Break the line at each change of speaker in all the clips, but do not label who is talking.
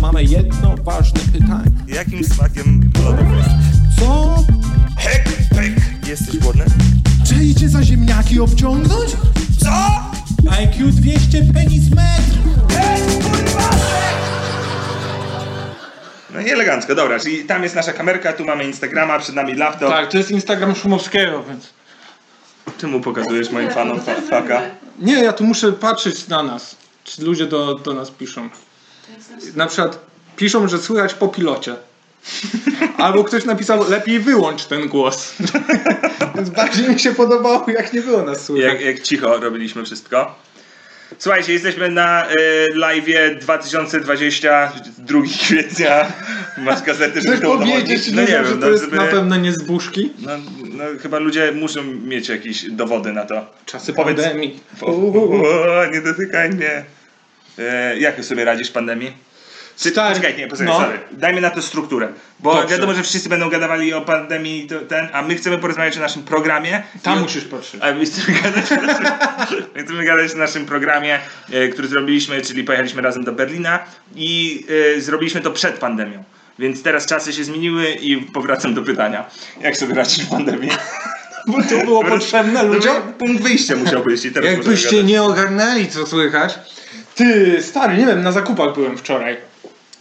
mamy jedno ważne pytanie.
Jakim smakiem lodów jesteś?
Co?
Hek, hek. Jesteś głodny?
Czy idzie za ziemniaki obciągnąć?
Co?
IQ 200 penis metr!
No i elegancko, dobra, czyli tam jest nasza kamerka, tu mamy Instagrama, przed nami laptop.
Tak, to jest Instagram Szumowskiego, więc...
Czemu pokazujesz moim fanom fa- faka?
Nie, ja tu muszę patrzeć na nas, czy ludzie do, do nas piszą. Na przykład piszą, że słychać po pilocie. Albo ktoś napisał, lepiej wyłącz ten głos. Więc bardziej mi się podobało, jak nie było nas słychać.
Jak, jak cicho robiliśmy wszystko. Słuchajcie, jesteśmy na y, live 2020, 2 kwietnia. Masz gazetę, żeby
Chcesz
to udowodnić?
powiedzieć ludziom, że to
no,
jest
żeby-
na pewno nie z buszki?
no, no, chyba ludzie muszą mieć jakieś dowody na to.
Czasy
Powiedz-
pandemii.
O, o, nie dotykaj mnie. E, jak sobie radzisz pandemii? Czy,
Stary,
poczekaj, nie, poczekaj,
no.
sorry. Dajmy na to strukturę. Bo
Dobrze.
wiadomo, że wszyscy będą gadawali o pandemii i to, ten, a my chcemy porozmawiać o naszym programie.
Tam
I-
musisz patrzeć.
A my chcemy gadać, o naszym, my chcemy gadać o naszym programie, e, który zrobiliśmy, czyli pojechaliśmy razem do Berlina i e, zrobiliśmy to przed pandemią. Więc teraz czasy się zmieniły i powracam do pytania. Jak sobie radzisz w pandemii? No,
Bo to było potrzebne ludziom.
Punkt wyjścia musiał być i teraz możemy
Jakbyście
gadać.
nie ogarnęli, co słychać. Ty, stary, nie wiem, na zakupach byłem wczoraj.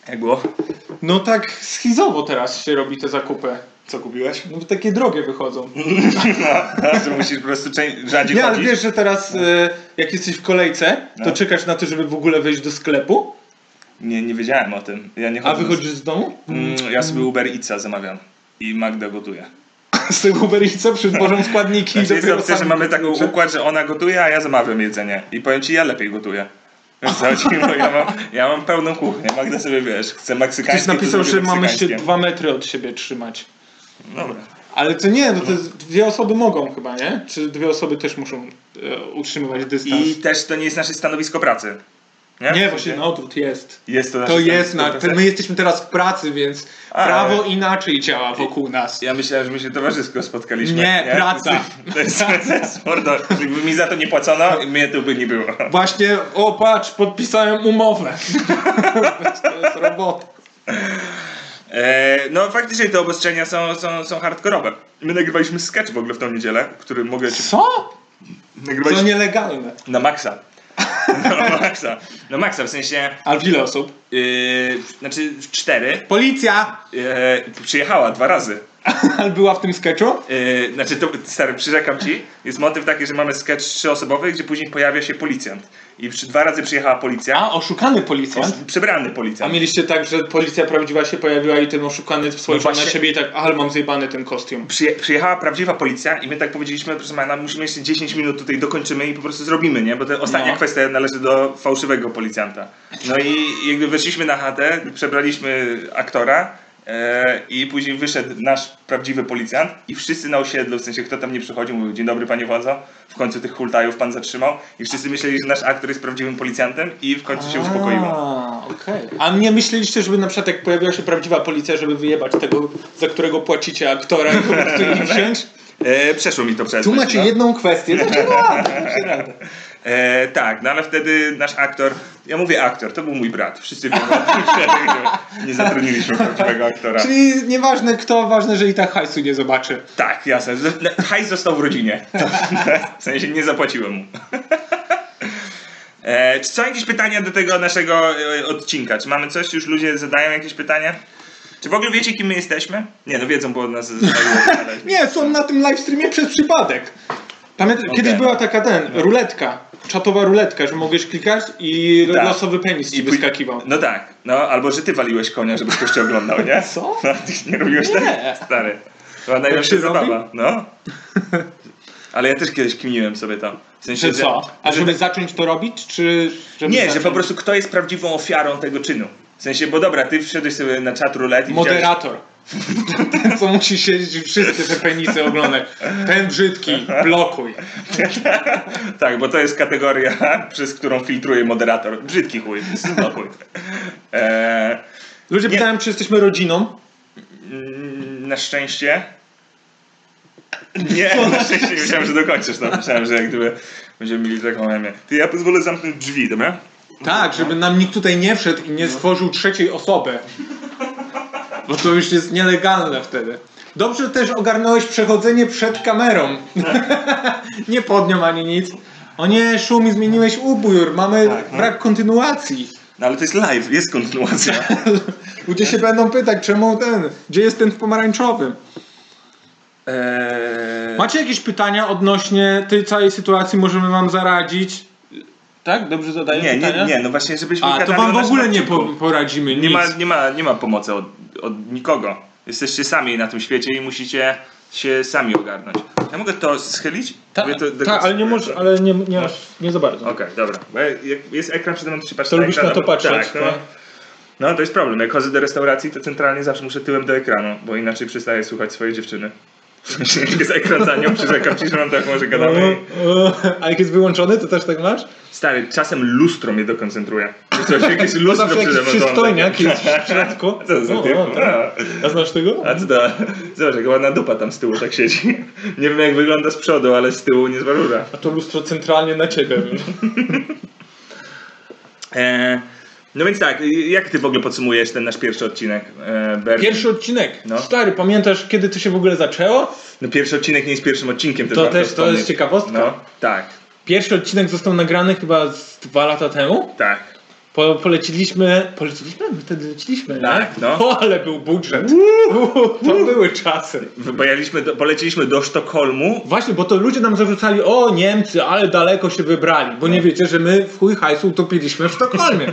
Jak było?
No tak schizowo teraz się robi te zakupy.
Co kupiłeś?
No bo takie drogie wychodzą.
Teraz musisz po prostu czę- rzadziej
Nie, ale
chodzić.
wiesz, że teraz e, jak jesteś w kolejce, to
No.
czekasz na to, żeby w ogóle wejść do sklepu,
Nie, nie wiedziałem o tym. Ja nie
a
chodzę.
wychodzisz z domu?
Mm, ja sobie Uber Eatsa zamawiam. I Magda gotuje.
Z tej Uberica przytworzą składniki
Znaczy
i
jest
dopiero
opcja, że
sami-
mamy taki układ, że ona gotuje, a ja zamawiam jedzenie. I powiem ci, ja lepiej gotuję. Wiesz co chodzi? Bo ja, mam, ja mam pełną kuchnię. Magda sobie wiesz, chce meksykańskie.
Ktoś napisał,
to
że
zrobię
mamy się
meksykańskie.
dwa metry od siebie trzymać.
Dobra.
Ale to nie, no to jest, dwie osoby mogą chyba, nie? Czy dwie osoby też muszą e, utrzymywać dystans?
I też to nie jest nasze stanowisko pracy. Nie,
Nie, właśnie na odwrót jest.
Jest to nasze
To jest, na,
stanowisko
te, my jesteśmy teraz w pracy, więc
A,
prawo
ale-
inaczej działa wokół nas.
Ja myślałem, że my się towarzysko spotkaliśmy.
Nie, praca.
To jest, to jest mordo. Gdyby mi za to nie płacono, mnie tu by nie było.
Właśnie, o patrz, podpisałem umowę. to jest robota.
E, no faktycznie te obostrzenia są, są, są hardkorowe. My nagrywaliśmy sketch w ogóle w tą niedzielę, który mogę ci
Co?
nagrywać
To nielegalne.
na maksa. Na maksa. Na maksa, w sensie,
A ile osób?
yy, znaczy w cztery.
Policja!
Yy, przyjechała dwa razy.
Ale była w tym sketchu?
Yy, znaczy, to, stary, przyrzekam ci, jest motyw taki, że mamy sketch trzyosobowy, gdzie później pojawia się policjant. I przy, dwa razy przyjechała policja.
A, oszukany policjant.
Przebrany
A
policjant.
mieliście tak, że policja prawdziwa się pojawiła i ten oszukany spojrzał
właśnie-
na siebie i tak, ale mam zjebany ten kostium.
Przyje, przyjechała prawdziwa policja i my tak powiedzieliśmy, proszę pana, musimy jeszcze 10 minut tutaj dokończymy i po prostu zrobimy, nie? Bo ta ostatnia
No.
kwestia należy do fałszywego policjanta. No i jakby weszliśmy na chatę, przebraliśmy aktora e, i później wyszedł nasz prawdziwy policjant i wszyscy na osiedlu, w sensie kto tam nie przychodził, mówił dzień dobry panie władzo, w końcu tych hultajów pan zatrzymał i wszyscy myśleli, że nasz aktor jest prawdziwym policjantem i w końcu się uspokoiło.
A, okej. A nie myśleliście, żeby na przykład jak pojawiła się prawdziwa policja, żeby wyjebać tego, za którego płacicie aktora i po prostu ich wziąć?
E, przeszło mi to przez
Tu
myśl,
macie
no.
jedną kwestię, Znaczy, dlaczego radę?
E, tak, no ale wtedy nasz aktor, ja mówię aktor, to był mój brat, wszyscy wiemy, o tym, że nie zatrudniliśmy prawdziwego aktora.
Czyli nieważne kto, ważne, że i tak hajsu nie zobaczy.
Tak, jasne, Z- hajs został w rodzinie, w sensie nie zapłaciłem mu. E, czy są jakieś pytania do tego naszego e, odcinka? Czy mamy coś, już ludzie zadają jakieś pytania? Czy w ogóle wiecie, kim my jesteśmy? Nie, no wiedzą, bo od nas zadają, ale-
Nie, są na tym livestreamie przez przypadek. Pamiętam,
Okej. No.
kiedyś była taka ten, ruletka, czatowa ruletka, że mogłeś klikać i
Tak.
losowy penis ci
I pój-
wyskakiwał.
No tak, no albo że ty waliłeś konia, żeby ktoś cię oglądał, nie?
Co?
No, ty nie robiłeś
Nie.
tak? Stary. To była najlepsza
się robi?
zabawa, no. Ale ja też kiedyś kminiłem sobie to. W sensie,
Czy co? A
że-
żeby zacząć to robić, czy... Żeby
Nie, że
zacząć-
po prostu kto jest prawdziwą ofiarą tego czynu. W sensie, bo dobra, ty wszedłeś sobie na czat rulet i widziałeś...
Moderator. Ten, co musi siedzieć i wszystkie te penisy oglądać. Ten brzydki, blokuj.
Tak, bo to jest kategoria, przez którą filtruje moderator. Brzydki chuj, no chuj. Eee,
Ludzie
Nie.
pytają, czy jesteśmy rodziną.
Mm, Na szczęście. Nie, na szczęście no. myślałem, że dokończysz to. Myślałem, że jak gdyby będziemy mieli taką chemię. Ty ja pozwolę zamknąć drzwi, dobra?
Tak, żeby nam nikt tutaj nie wszedł i
No.
nie stworzył trzeciej osoby. Bo to już jest nielegalne wtedy. Dobrze też ogarnąłeś przechodzenie przed kamerą. nie pod nią ani nic. O nie, szumi, zmieniłeś ubiór, mamy
Tak, no.
brak kontynuacji.
No ale to jest live, jest kontynuacja.
Ludzie się będą pytać, czemu ten, gdzie jest ten w pomarańczowym?
Eee,
Macie jakieś pytania odnośnie tej całej sytuacji, możemy wam zaradzić?
Tak? Dobrze zadaję
nie, nie,
pytania?
nie, no właśnie, żebyśmy
A, to
gadali o
wam w
naszym
ogóle nie
odcinku.
po, poradzimy, nic.
Nie ma, nie ma, nie ma pomocy od, od nikogo. Jesteście sami na tym świecie i musicie się sami ogarnąć. Ja mogę to schylić?
Tak,
Mówię to
tak, ale nie możesz, ale nie, nie, aż, nie za bardzo.
Okej, dobra. Bo jak jest ekran przede mną, to się patrzy
To lubisz
ekran,
na to
bo-
patrzeć,
Tak, no.
tak.
no to jest problem. Jak chodzę do restauracji, to centralnie zawsze muszę tyłem do ekranu, bo inaczej przestaję słuchać swojej dziewczyny. Jak jest ekran za nią, przyrzekam ci, że mam tak może gadamy.
No.
i-
A jak jest wyłączony, to też tak masz?
Stary, czasem lustro mnie dokoncentruje. Coś, jakieś
To
lustro
zawsze
przede
jakiś
mną. ogląda.
przystojniak jest w środku.
Co za
No,
typ?
no, tak. A znasz tego?
A co to? Zobacz, jak ładna dupa tam z tyłu tak siedzi. Nie wiem jak wygląda z przodu, ale z tyłu nie zwarura.
A to lustro centralnie na ciebie.
E, no więc tak, jak ty w ogóle podsumujesz ten nasz pierwszy odcinek? E, Ber...
Pierwszy odcinek.
No.
Stary, pamiętasz kiedy to się w ogóle zaczęło?
No pierwszy odcinek nie jest pierwszym odcinkiem.
To
warto
też- to
wspomnieć.
jest ciekawostka.
No, tak,
Pierwszy odcinek został nagrany chyba z dwa lata temu.
tak.
Po, poleciliśmy. Poleciliśmy? My wtedy leciliśmy,
Tak,
nie?
no.
O, ale był budżet. To były czasy.
Wypojaliśmy do, poleciliśmy do Sztokholmu.
Właśnie, bo to ludzie nam zarzucali, o Niemcy, ale daleko się wybrali, bo nie
Tak.
wiecie, że my w chuj hajsu utopiliśmy w Sztokholmie.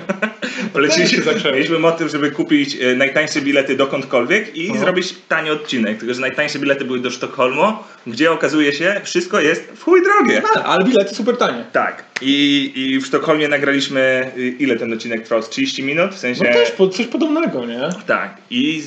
Poleciliśmy,
Tak się zaczęło.
mieliśmy motyw, żeby kupić e, najtańsze bilety dokądkolwiek
No.
i zrobić tani odcinek. Tylko, że najtańsze bilety były do Sztokholmu, gdzie okazuje się, wszystko jest w chuj drogie.
Ale, Tak, ale bilety super tanie.
Tak. I, I w Sztokholmie nagraliśmy, y, ile ten odcinek trwał? Z 30 minut? W sensie...
No też po, coś podobnego, nie?
Tak. I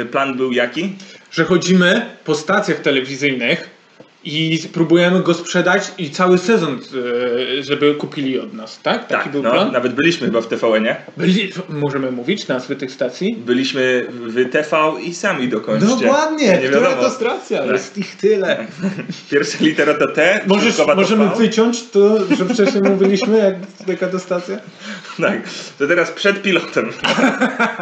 y, plan był jaki?
Że chodzimy po stacjach telewizyjnych i próbujemy go sprzedać i cały sezon, e, żeby kupili od nas, tak? Taki
tak,
był
no,
plan.
nawet byliśmy chyba w tvn nie?
Byli, możemy mówić nazwy tych stacji?
Byliśmy w TV i sami dokończcie.
Dokładnie,
Nie
która
wiadomo.
to Tak. stracja? Jest ich tyle.
Pierwsza litera to T,
Możesz,
końcowa to
możemy
V.
wyciąć to, że wcześniej mówiliśmy, jak taka to stacja?
Tak. To teraz przed pilotem.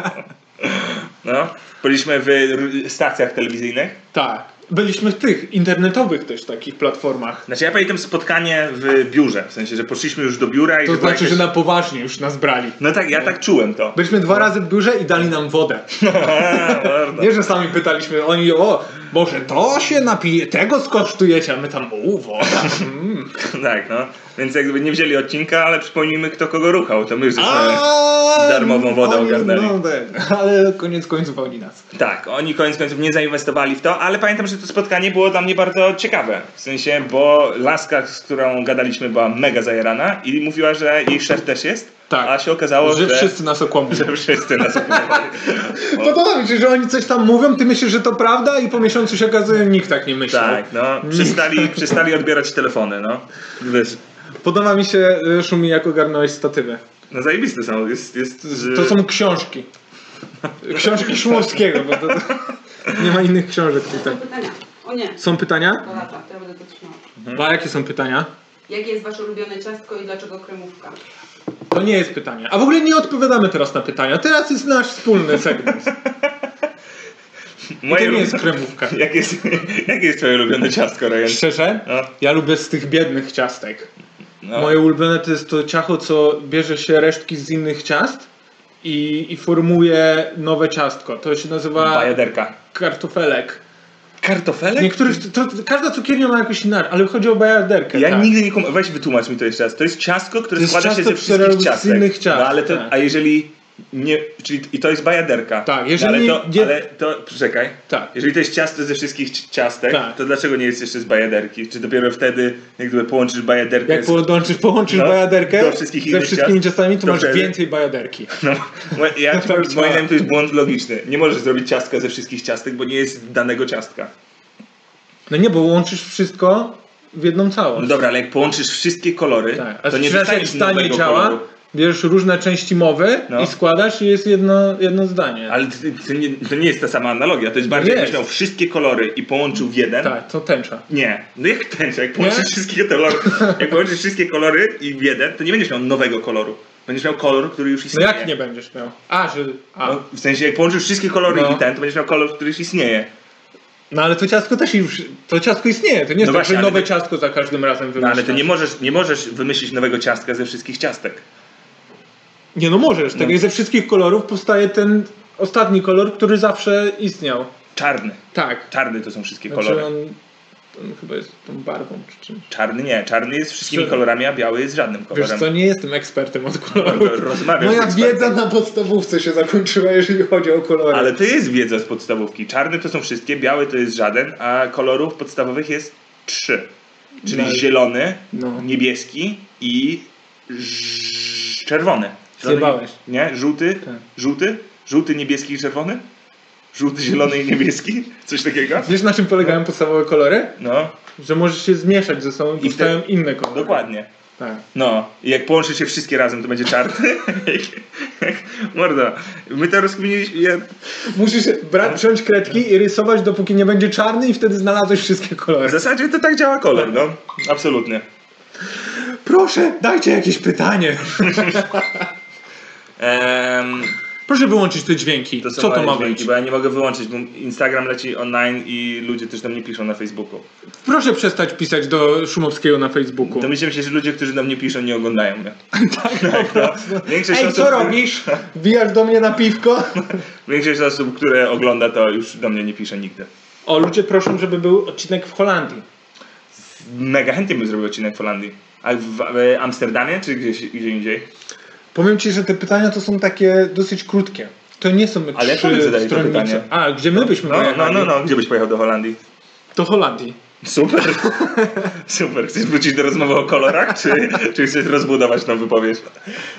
no. Byliśmy w r- stacjach telewizyjnych.
Tak. Byliśmy w tych internetowych też takich platformach.
Znaczy ja pamiętam spotkanie w biurze, w sensie, że poszliśmy już do biura i
To
że była
znaczy, że
jakaś-
na poważnie już nas brali.
No tak, ja tak czułem to.
Byliśmy dwa razy w biurze i dali nam wodę.
Mordo.
Nie, że sami pytaliśmy, oni, o, może to się napije, tego skosztujecie, a my tam, u, woda. Mm.
Tak, no. Więc jakby nie wzięli odcinka, ale przypomnijmy, kto kogo ruchał. To my już zostali. darmową wodę
oni-
ogarnęli.
No, tak. Ale koniec końców oni nas.
Tak, oni koniec końców nie zainwestowali w to, ale pamiętam, że to spotkanie było dla mnie bardzo ciekawe. W sensie, bo laska, z którą gadaliśmy, była mega zajarana i mówiła, że jej szef też jest.
Tak.
A się okazało, że,
Że wszyscy nas okłamują.
że wszyscy nas okłamali.
Podoba mi się, tak, że oni coś tam mówią, ty myślisz, że to prawda i po miesiącu się okazuje, nikt tak nie myślał.
Tak, no. Przestali, przestali odbierać telefony, no. Wiesz,
Podoba mi się, y, Szumi, jak ogarnąłeś statywę.
no zajebiste są. Jest, jest,
To są książki. Książki Szumowskiego, bo to, to nie ma innych książek tutaj.
Pytania. O nie,
Są pytania?
po latach, to ja będę to trzymała.
Mhm.
A jakie są pytania?
Jakie jest wasze ulubione ciastko i dlaczego kremówka?
To nie jest pytanie. A w ogóle nie odpowiadamy teraz na pytania. Teraz jest nasz wspólny segment. I
Moje
to nie
ulubione-
jest kremówka.
Jakie jest, jakie jest twoje ulubione ciastko, Ryan?
Szczerze?
No,
Ja lubię z tych biednych ciastek.
no.
Moje ulubione to jest to ciacho, co bierze się resztki z innych ciast i, i formuje nowe ciastko. To się nazywa
Bajaderka.
kartofelek.
Kartofelek?
Niektórych, to, to, każda cukiernia ma jakoś inaczej, ale chodzi o bajaderkę.
Ja
tak.
nigdy nie kumam. Weź wytłumacz mi to jeszcze raz. To jest ciastko, które
To jest
składa się
ciasto,
ze
które
wszystkich
robi z
ciastek.
innych ciast,
no, ale to,
tak.
A jeżeli nie. Czyli i to jest bajaderka.
Tak, jeżeli
no, ale, to,
nie-
ale to. Czekaj.
Tak.
Jeżeli to jest ciasto ze wszystkich ci- ciastek,
Tak.
to dlaczego nie jest jeszcze z bajaderki? Czy dopiero wtedy, jak gdyby połączysz bajaderkę
Jak
z.
połączysz, połączysz
No,
bajaderkę
do wszystkich
ze
innych
wszystkimi
ciast,
ciastami, to,
to
masz
wtedy-
więcej bajaderki.
No, mo- ja ci powiem,
Tak,
moim
tak.
zdaniem to jest błąd logiczny. Nie możesz zrobić ciastka ze wszystkich ciastek, bo nie jest danego ciastka.
No nie, bo łączysz wszystko w jedną
No
całość.
dobra, ale jak połączysz wszystkie kolory,
tak. A
to nie
sprzedaż jak
dostaniesz
zdanie
nowego
działa,
koloru.
bierzesz różne części mowy
No.
i składasz i jest jedno, jedno zdanie.
Ale to, to, nie, to nie jest ta sama analogia, to jest bardziej,
jest.
jakbyś miał wszystkie kolory i połączył w jeden.
Tak, to tęcza.
Nie, no jak tęcza, jak połączysz
Nie?
wszystkie kolory, jak połączysz wszystkie kolory i w jeden, to nie będziesz miał nowego koloru. będziesz miał kolor, który już
No
istnieje.
jak nie będziesz miał? A, że... A.
No, w sensie, jak połączysz wszystkie kolory
No.
i ten, to będziesz miał kolor, który już istnieje.
No ale to ciastko też już... To ciastko istnieje. To nie jest
No
tak,
właśnie,
że
ale
nowe
to-
ciastko za każdym razem
No
wymyślasz.
ale to nie możesz, nie możesz wymyślić nowego ciastka ze wszystkich ciastek.
Nie no możesz, tak jak ze wszystkich kolorów powstaje ten ostatni kolor, który zawsze istniał.
Czarny.
Tak.
Czarny to są wszystkie
Znaczy
kolory.
on, on chyba jest tą barwą czy czymś.
Czarny nie, czarny jest wszystkimi
Czy-
kolorami, a biały jest żadnym
Znaczy- Wiesz
kolorem.
co, nie jestem ekspertem od
To
kolorów.
Rozmawiam
Moja
z ekspertem.
wiedza na podstawówce się zakończyła, jeżeli chodzi o kolory.
Ale to jest wiedza z podstawówki. Czarny to są wszystkie, biały to jest żaden, a kolorów podstawowych jest trzy. Czyli
No i-
zielony,
No.
niebieski i ż- czerwony. Zielony-
Zjebałeś. Tak.
Nie? Żółty, żółty, żółty, niebieski i czerwony? Żółty, zielony i niebieski? Coś takiego?
Wiesz na czym polegają podstawowe kolory?
No,
Że możesz się zmieszać ze sobą i
I wtedy-
powstają inne kolory.
dokładnie.
Tak.
No, i jak połączy się wszystkie razem, to będzie czarny. Mordo, my to rozkminiliśmy. Ja...
Musisz brać, wziąć kredki i rysować dopóki nie będzie czarny i wtedy znalazłeś wszystkie
W
kolory.
zasadzie to tak działa kolor, no. Absolutnie.
Proszę, dajcie jakieś pytanie.
Em,
Proszę wyłączyć te dźwięki.
są
Co to ma
moje dźwięki,
być?
Bo ja nie mogę wyłączyć, bo Instagram leci online i ludzie też do mnie piszą na Facebooku.
Proszę przestać pisać do Szumowskiego na Facebooku.
To myślę się, że ludzie, którzy do mnie piszą, nie oglądają mnie. tak, no. Większość,
Ej,
osób,
co robisz? Wbijasz do mnie na piwko?
większość osób, które ogląda, to już do mnie nie pisze nigdy.
O, ludzie proszą, żeby był odcinek w Holandii.
Mega chętnie bym zrobił odcinek w Holandii. A w, w Amsterdamie, czy gdzieś gdzie indziej?
Powiem ci, że te pytania to są takie dosyć krótkie. To nie są
Ale jak wy zadajecie to pytanie?
trójstronnicze. A, gdzie my byśmy
No, no,
pojechali?
no, no, gdzie byś pojechał do Holandii?
Do Holandii.
Super. Super. Chcesz wrócić do rozmowy o kolorach, czy, czy chcesz rozbudować tą wypowiedź?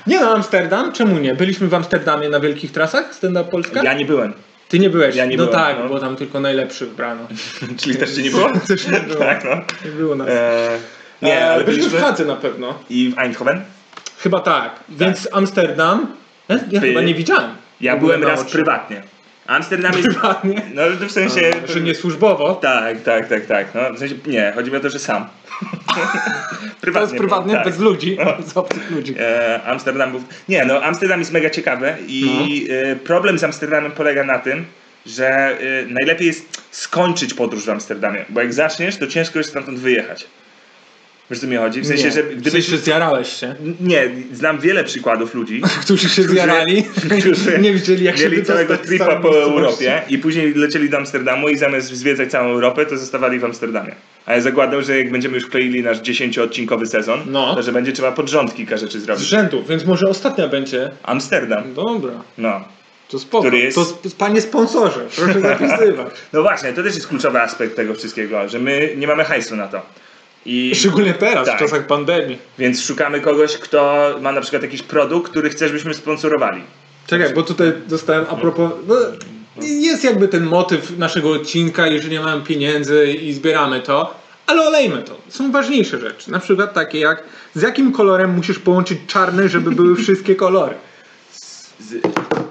Nie no, Amsterdam? Czemu nie? Byliśmy w Amsterdamie na wielkich trasach Stand Up Polska?
Ja nie byłem.
Ty nie byłeś.
Ja nie
no
byłem,
tak,
no.
bo tam tylko najlepszy wybrano.
Czyli też cię nie było?
Też nie było.
Tak, no.
Nie było nas.
E, nie,
E,
ale
byliśmy w
byliśmy...
Hadze na pewno.
I w Eindhoven?
Chyba tak. Więc Amsterdam... Ja, ja
By-
chyba nie widziałem.
Ja
W ogóle
byłem
na
raz
oczy.
prywatnie. Amsterdam jest...
Prywatnie?
No, w sensie...
Że nie służbowo.
Tak, tak, tak, tak. No, w sensie, nie, chodzi mi o to, że sam. prywatnie.
To jest prywatny,
byłem, tak.
bez ludzi, z obcych ludzi.
E, Amsterdam był... Nie, no Amsterdam jest mega ciekawy i
No.
e, problem z Amsterdamem polega na tym, że e, najlepiej jest skończyć podróż w Amsterdamie, bo jak zaczniesz, to ciężko jest stamtąd wyjechać. Wiesz, o co mi chodzi? W sensie, że
Gdybyś
gdybyś...
się zjarałeś się.
Nie, znam wiele przykładów ludzi,
Którzy się zjarali,
którzy
nie wiedzieli jak się
mieli
wydostać
całego
z
tripa
całej
po
miejscowości.
Europie i później lecieli do Amsterdamu i zamiast zwiedzać całą Europę, to zostawali w Amsterdamie. A ja zakładam, że jak będziemy już kleili nasz 10-odcinkowy sezon,
No.
to że będzie trzeba pod rząd kilka rzeczy
Z
zrobić.
rzędu, więc może ostatnia będzie.
Amsterdam,
Dobra,
no.
to spoko.
Który jest-
To sp- panie sponsorze, proszę zapisywać.
No właśnie, to też jest kluczowy aspekt tego wszystkiego, że my nie mamy hajsu na to. I
Szczególnie teraz,
Tak.
w czasach pandemii.
więc szukamy kogoś, kto ma na przykład jakiś produkt, który chcesz, byśmy sponsorowali.
Czekaj, bo tutaj
Tak
dostałem a propos... No, jest jakby ten motyw naszego odcinka, jeżeli nie mamy pieniędzy i zbieramy to, ale olejmy to. Są ważniejsze rzeczy, na przykład takie jak z jakim kolorem musisz połączyć czarny, żeby były wszystkie kolory.
Z...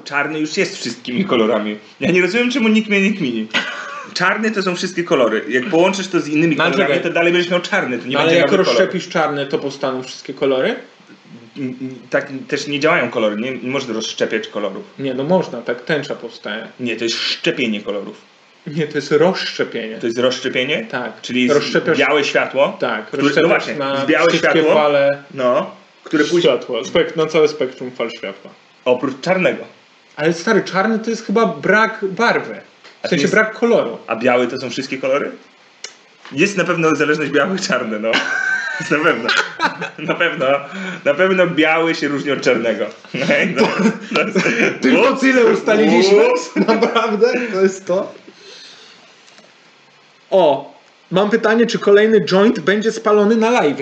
Czarny już jest wszystkimi kolorami. Ja nie rozumiem, czemu nikt mnie nie kmini. Czarny to są wszystkie kolory. Jak połączysz to z innymi
No, ale
kolorami,
czekaj.
to dalej będziesz miał czarny, to nie
No, ale
będzie
jak
nowy kolor.
rozszczepisz czarny, to powstaną wszystkie kolory?
N- n- Tak też nie działają kolory, nie, nie można rozszczepiać kolorów.
Nie, no można, tak tęcza powstaje.
Nie, to jest szczepienie kolorów.
Nie, to jest rozszczepienie.
To jest rozszczepienie?
Tak.
Czyli jest
Rozszczepiasz-
białe światło?
Tak,
Które, no właśnie,
na
białe
wszystkie
światło,
fale
no, które później...
światła, spek- na całe spektrum fal światła.
Oprócz czarnego.
Ale stary, czarny to jest chyba brak barwy.
A
W
to
sensie
jest-
brak koloru.
A biały to są wszystkie kolory? Jest na pewno zależność biały-czarny, no. Jest Na pewno. Na pewno. Na pewno biały się różni od czarnego. No, i no, no,
Tylko tyle ustaliliśmy.
Ups.
Naprawdę? To jest to? O, mam pytanie, czy kolejny joint będzie spalony na live?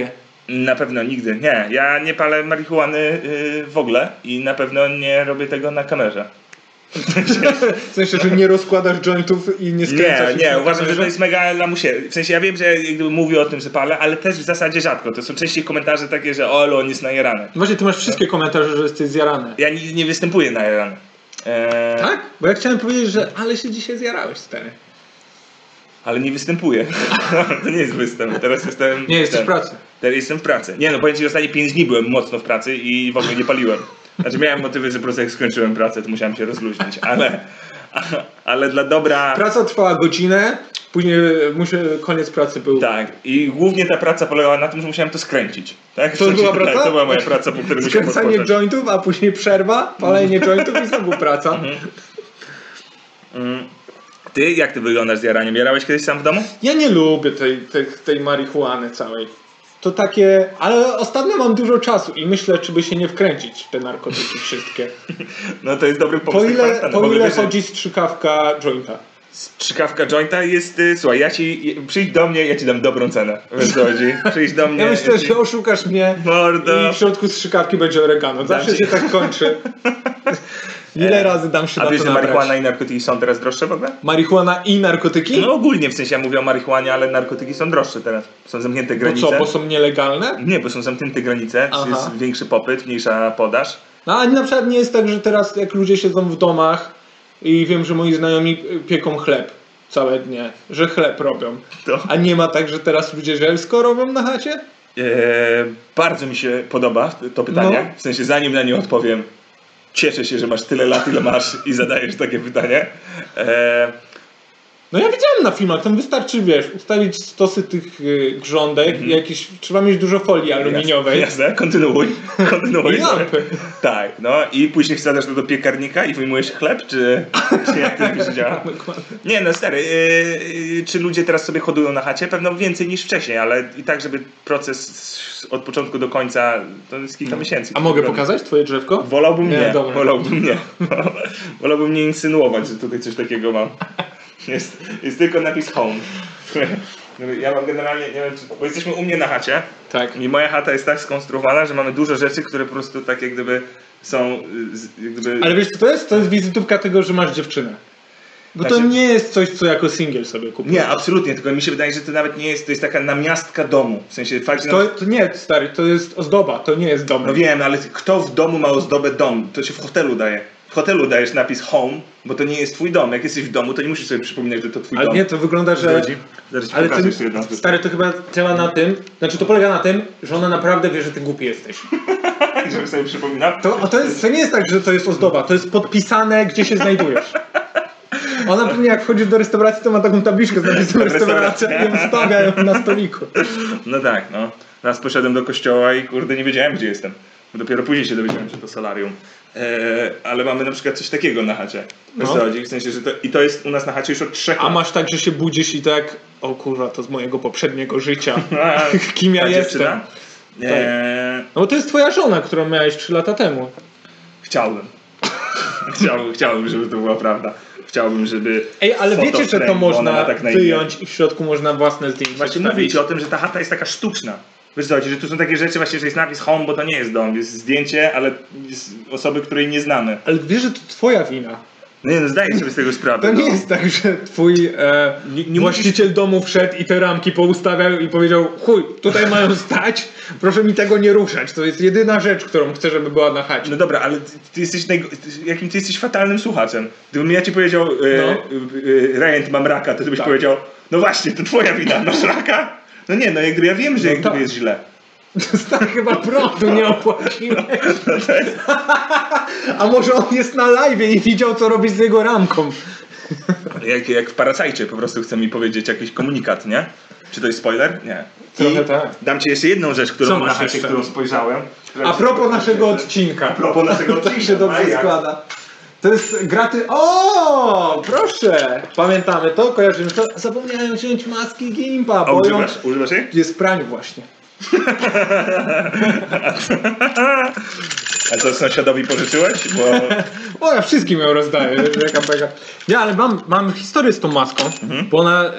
Na pewno nigdy. Nie, ja nie palę marihuany y, w ogóle i na pewno nie robię tego na kamerze.
W sensie, że nie rozkładasz jointów i nie
Nie,
skręcasz ich
nie,
na
uważam, że
kamerze?
to jest mega lamusie. W sensie ja wiem, że jakby mówię o tym, że palę, ale też w zasadzie rzadko. To są częściej komentarze takie, że olo, on jest najerany.
Właśnie ty masz wszystkie komentarze, że jesteś zjarany.
Ja nigdy nie występuję najerany. Eee,
Tak? Bo ja chciałem powiedzieć, że ale się dzisiaj zjarałeś, stary.
Ale nie występuję. to nie jest występ. Teraz jestem.
Nie, jesteś w
ten.
pracy.
Teraz jestem w pracy. Nie no, powiem ci, że ostatnie 5 dni byłem mocno w pracy i w ogóle nie paliłem. Znaczy miałem motywy, że po prostu jak skończyłem pracę, to musiałem się rozluźnić, ale, ale dla dobra...
Praca trwała godzinę, później e, musia, koniec pracy był.
Tak, i głównie ta praca polegała na tym, że musiałem to skręcić. Tak?
To
Znaczy,
była praca?
Tak, to była moja praca, po której musiałem
Skręcanie
odpocząć.
jointów, a później przerwa, palenie jointów i znowu praca.
Mhm. Ty, jak ty wyglądasz z jaraniem? Jarałeś kiedyś sam w domu?
Ja nie lubię tej, tej, tej marihuany całej. To takie, ale ostatnio mam dużo czasu i myślę, czy by się nie wkręcić w te narkotyki wszystkie.
No to jest dobry pomysł.
Po
jak pan no,
ile,
stan.
po
Mogę
ile
wyjrzeć.
chodzi strzykawka jointa?
Strzykawka jointa jest, y, słuchaj, ja ci, je- przyjdź do mnie, ja ci dam dobrą cenę. Wiesz co chodzi? Przyjdź do mnie.
Ja myślę,
ja ci-
że oszukasz mnie
Mordo.
i w środku strzykawki będzie oregano. Zawsze
Dam ci-
się tak kończy. Ile
E,
razy dam się
A
na
wiesz,
to
że
nabrać?
marihuana i narkotyki są teraz droższe w ogóle?
Marihuana i narkotyki?
No ogólnie, w sensie ja mówię o marihuanie, ale narkotyki są droższe teraz. Są zamknięte
Bo
granice.
co, bo są nielegalne?
Nie, bo są zamknięte granice,
Aha.
jest większy popyt, mniejsza podaż.
No a na przykład nie jest tak, że teraz jak ludzie siedzą w domach i wiem, że moi znajomi pieką chleb całe dnie, że chleb robią.
To.
A nie ma tak, że teraz ludzie żelsko robią na chacie?
E, bardzo mi się podoba to pytanie.
No.
W sensie, zanim na nie odpowiem, cieszę się, że masz tyle lat, ile masz i zadajesz takie pytanie. E,
No ja widziałem na filmach, tam wystarczy, wiesz, ustawić stosy tych y, grządek i jakieś, trzeba mieć dużo folii aluminiowej.
Jasne, jasne. kontynuuj. kontynuuj
I lampy.
Tak, no i później wsadzasz to do piekarnika i wyjmujesz chleb, czy, czy jak to się działa?
Dokładnie.
Nie no, stary, yy, czy ludzie teraz sobie hodują na chacie? Pewno więcej niż wcześniej, ale i tak, żeby proces z- od początku do końca, to jest kilka miesięcy.
A mogę pokazać twoje drzewko?
Wolałbym nie,
Nie, dobra.
wolałbym nie. wolałbym nie insynuować, że tutaj coś takiego mam. Jest, jest tylko napis home. Ja mam generalnie, nie wiem, czy, bo jesteśmy u mnie na chacie
Tak.
i moja chata jest tak skonstruowana, że mamy dużo rzeczy, które po prostu tak jak gdyby są, y, z- jak gdyby...
Ale wiesz co to jest? To jest wizytówka tego, że masz dziewczynę. Bo to
Znaczy-
nie jest coś, co jako single sobie kupisz.
Nie, absolutnie, tylko mi się wydaje, że to nawet nie jest, to jest taka namiastka domu. W sensie fakt, że...
To, to nie, stary, to jest ozdoba, to nie jest dom.
No wiem, ale kto w domu ma ozdobę dom? To się w hotelu daje. W hotelu dajesz napis home, bo to nie jest twój dom. Jak jesteś w domu, to nie musisz sobie przypominać, że to twój
Ale
dom.
nie, to wygląda, że...
Zgodzi? Zaraz ci
Ale
pokażę
to,
jeszcze jedną rzecz.
stary, to chyba działa na tym, znaczy to polega na tym, że ona naprawdę wie, że ty głupi jesteś.
Żeby sobie przypominał.
To, a to, jest, to nie jest tak, że to jest ozdoba, to jest podpisane, gdzie się znajdujesz. Ona pewnie jak wchodzi do restauracji, to ma taką tabliczkę z napisem
Restauracja.
restauracja i ją stawia ją na stoliku.
No tak, no. Raz poszedłem do kościoła i kurde, nie wiedziałem, gdzie jestem. Dopiero później się dowiedziałem, że to solarium. Eee, ale mamy na przykład coś takiego na chacie. Wiesz,
No.
co chodzi? W sensie, że to, I to jest u nas na chacie już od trzech
A
lat.
masz tak, że się budzisz i tak, o kurwa, to z mojego poprzedniego życia. Kim ja
No. Ta
jestem?
dziewczyna? Eee,
No bo to jest twoja żona, którą miałeś 3 lata temu.
Chciałbym. chciałbym. Chciałbym, żeby to była prawda. Chciałbym, żeby.
Ej, ale
foto
wiecie, że
frame,
to
bo ona
można
ma tak na imię.
wyjąć i w środku można własne zdjęcie
Właśnie
wstawić.
mówię ci o tym, że ta chata jest taka sztuczna. Wiesz co, chodzi, że tu są takie rzeczy właśnie, że jest napis home, bo to nie jest dom, jest zdjęcie, ale jest osoby, której nie znamy.
Ale wiesz, że to twoja wina.
No nie no, zdaję sobie z tego sprawę.
To
no.
nie jest tak, że twój e, właściciel domu wszedł i te ramki poustawiał i powiedział chuj, tutaj mają stać, proszę mi tego nie ruszać. To jest jedyna rzecz, którą chcę, żeby była na chacie.
No dobra, ale ty, ty jesteś najgo- ty- jakim ty jesteś fatalnym słuchaczem. Gdybym ja ci powiedział,
No.
e, e, e, Rejent, mam raka, to ty
Tak.
byś powiedział, no właśnie, to twoja wina, masz raka? No nie, no jakby ja wiem, że jakby
tak.
jest źle.
To stary chyba prądu No. nie opłaciłeś. A może on jest na live i widział, co robisz z jego ramką.
Jak, jak w Parasajcie po prostu chce mi powiedzieć jakiś komunikat, nie? Czy to jest spoiler? Nie.
Trochę
I
tak.
Dam ci jeszcze jedną rzecz, którą
Co masz
na chacie,
jeszcze?
którą spojrzałem. która
A
mi
propos
się-
naszego odcinka.
A propos naszego
Tak
odcinka.
się dobrze
Maja.
składa. To jest graty. O, proszę! Pamiętamy to, kojarzymy to. Zapomniałem wziąć maski Gimpa,
A
bo ją
używasz? Używasz jej?
jest w praniu właśnie.
A to sąsiadowi pożyczyłeś? Bo...
O, ja wszystkim ją rozdaję. Jaka beka. Nie, ale mam, mam historię z tą maską, bo ona, e,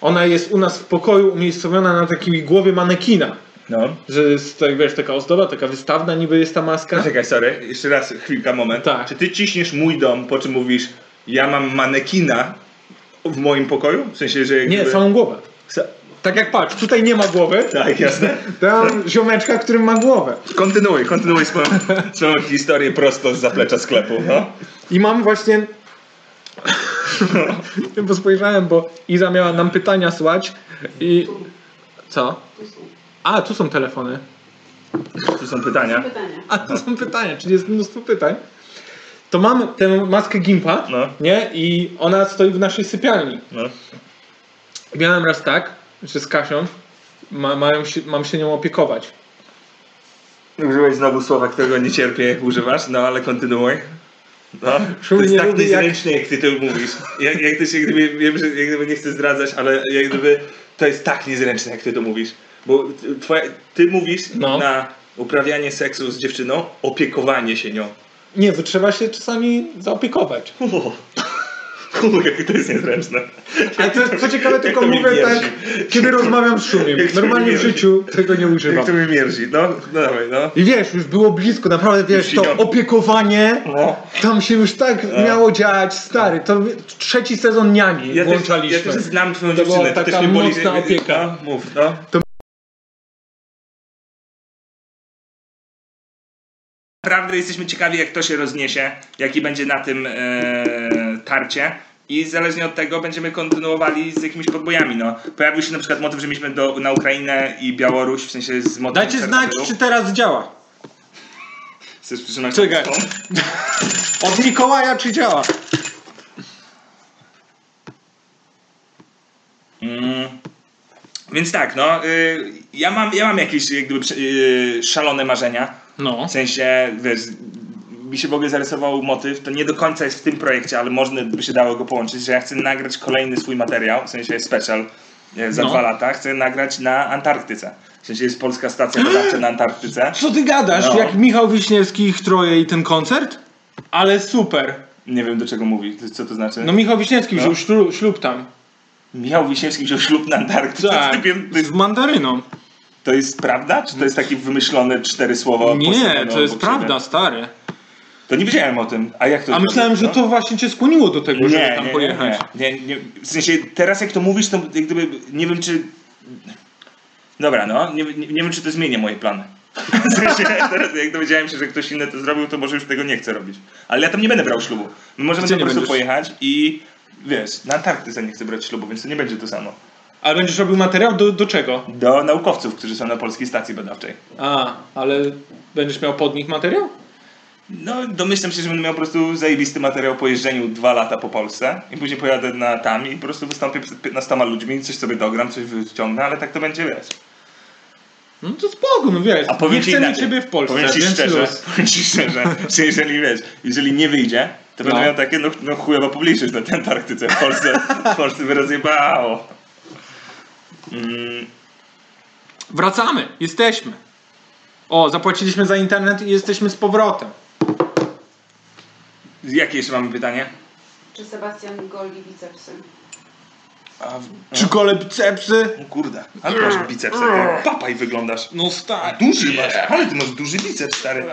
ona jest u nas w pokoju umiejscowiona na takiej głowie manekina.
No.
Że jest, tak, wiesz, taka ozdoba, taka wystawna niby jest ta maska.
Czekaj, sorry. Jeszcze raz, chwilka, moment.
Tak.
Czy ty ciśniesz mój dom, po czym mówisz, ja mam manekina w moim pokoju? W sensie, że jakby...
Nie, samą głowę.
Sa-
Tak jak patrz, tutaj nie ma głowy,
Tak, jasne.
tam ziomeczka, który ma głowę.
Kontynuuj, kontynuuj swoją, swoją historię prosto z zaplecza sklepu, no.
I mam właśnie. bo spojrzałem, bo Iza miała nam pytania słać i. Co?
Tu są.
A, tu są telefony.
Tu są pytania.
Pytanie.
A, tu są pytania, czyli jest mnóstwo pytań. To mam tę maskę Gimpa,
No.
nie? I ona stoi w naszej sypialni.
No.
Miałem raz tak, że z Kasią ma, mają się, mam się nią opiekować.
Użyłeś znowu słowa, którego nie cierpię, jak używasz, no ale kontynuuj. No, to
nie
jest tak
lubię, jak-
niezręcznie, jak... ty to mówisz. Jak, jak ty się, jak gdyby, wiem, że jak gdyby nie chcę zdradzać, ale jak gdyby to jest tak niezręczne, jak ty to mówisz. Bo t- twoja, ty mówisz
No.
na uprawianie seksu z dziewczyną, opiekowanie się nią.
Nie, bo trzeba się czasami zaopiekować.
O, Chuj, jak to jest niezręczne.
A to jest co ciekawe, tylko
to mi
mówię
wierci.
tak, kiedy rozmawiam z Szumiem.
Jak to mi
Normalnie w
wierci.
życiu tego nie używam.
Jak to mnie mierzi, no, no dawaj, no.
I wiesz, już było blisko, naprawdę wiesz, to
Ścigam.
opiekowanie,
no.
tam się już tak miało dziać, stary, to wy- trzeci sezon Niani
Ja też, ja
włączaliśmy.
też znam twoją
była
dziewczynę, to też
taka
mnie boli.
mocna opieka.
No, mów, no.
To-
Naprawdę jesteśmy ciekawi, jak to się rozniesie, jaki będzie na tym e, tarcie. I zależnie od tego będziemy kontynuowali z jakimiś podbojami. No. Pojawił się na przykład motyw, że mieliśmy do, na Ukrainę i Białoruś, w sensie z motywem
Dajcie znać,
Czarnobylu.
czy teraz działa.
Chcesz przytrzymać
Czekaj.
tą?
Od Mikołaja, czy działa?
Mm. Więc tak, no, y, ja, mam, ja mam jakieś jak gdyby, prze- y, szalone marzenia.
No.
W sensie, wiesz, mi się w ogóle zarysował motyw, to nie do końca jest w tym projekcie, ale można by się dało go połączyć, że ja chcę nagrać kolejny swój materiał, w sensie special e, za
No.
dwa lata, chcę nagrać na Antarktyce. W sensie jest polska stacja badawcza na Antarktyce.
Mm. Co ty gadasz,
No.
jak Michał Wiśniewski ich troje i ten koncert? Ale super.
Nie wiem do czego mówi, co to znaczy.
No Michał Wiśniewski
No.
wziął ślu- ślub tam.
Michał Wisiewski wziął ślub na Antarktyce.
Tak,
To jest-
z mandaryną.
To jest prawda? Czy to jest takie wymyślone cztery słowa?
Nie,
posypane
to jest
obok siebie?
prawda, stary.
To nie wiedziałem o tym. A jak to
A
zrobić,
myślałem, że
no?
to właśnie cię skłoniło do tego, żeby
nie,
tam
nie,
pojechać.
Nie, nie, nie, W sensie teraz jak to mówisz, to jak gdyby nie wiem czy. Dobra, no, nie, nie, nie wiem czy to zmienia moje plany. W sensie, teraz jak dowiedziałem się, że ktoś inny to zrobił, to może już tego nie chcę robić. Ale ja tam nie będę brał ślubu. My możemy
Gdzie
po
Znaczy, nie
prostu
będziesz?
pojechać i wiesz, na Antarktyce nie chcę brać ślubu, więc to nie będzie to samo.
Ale będziesz robił materiał do, do czego?
Do naukowców, którzy są na polskiej stacji badawczej.
A, ale będziesz miał pod nich materiał?
No, domyślam się, że będę miał po prostu zajebisty materiał po jeżdżeniu dwa lata po Polsce i później pojadę na tam i po prostu wystąpię przed 15 ludźmi, coś sobie dogram, coś wyciągnę, ale tak to będzie, wiesz.
No to spoko, no wiesz.
A powiem
nie
ci
chcemy
inaczej.
ciebie w Polsce,
Powiem ci
więc
szczerze,
luz.
powiem ci szczerze, że jeżeli, wiesz, jeżeli nie wyjdzie, to będę
No.
miał takie, no, no chujowa publiczność na tej Antarktyce w Polsce, w Polsce by rozjebało. Mm,
Wracamy, jesteśmy. O, zapłaciliśmy za internet i jesteśmy z powrotem.
jakie jeszcze mamy pytanie?
Czy Sebastian goli bicepsy?
A, w-
Czy gole bicepsy?
o kurde, ale masz bicepsy, jak papaj wyglądasz.
No stary.
Duży masz, ale ty masz duży biceps, stary.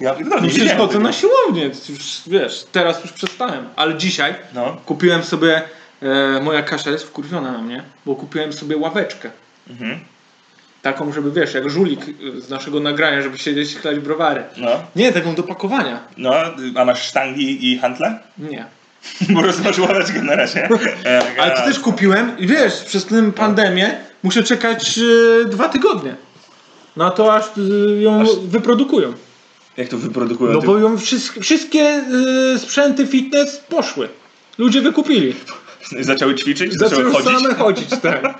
Ja pierdolę,
No
nie
przecież
wiedziałem
chodzę
tego.
na siłownię, to już, wiesz, teraz już przestałem. Ale dzisiaj
No.
kupiłem sobie, e, moja Kasia jest wkurwiona na mnie, bo kupiłem sobie ławeczkę.
Mhm.
Taką, żeby wiesz, jak żulik y, z naszego nagrania, żeby siedzieć i chlać browary.
No,
Nie, taką do pakowania.
no, a masz sztangi i hantle?
Nie.
Bo rozmasz ławeczkę na razie. E,
Ale to też kupiłem i wiesz, przez tę pandemię muszę czekać y, dwa tygodnie. Na to aż y, ją
Aż-
wyprodukują.
Jak to wyprodukują?
No
ty-
bo ją wszystkie, wszystkie y, sprzęty fitness poszły. Ludzie wykupili.
Zaczęły ćwiczyć? Zaczęły
Zaczęły
chodzić?
same chodzić, tak.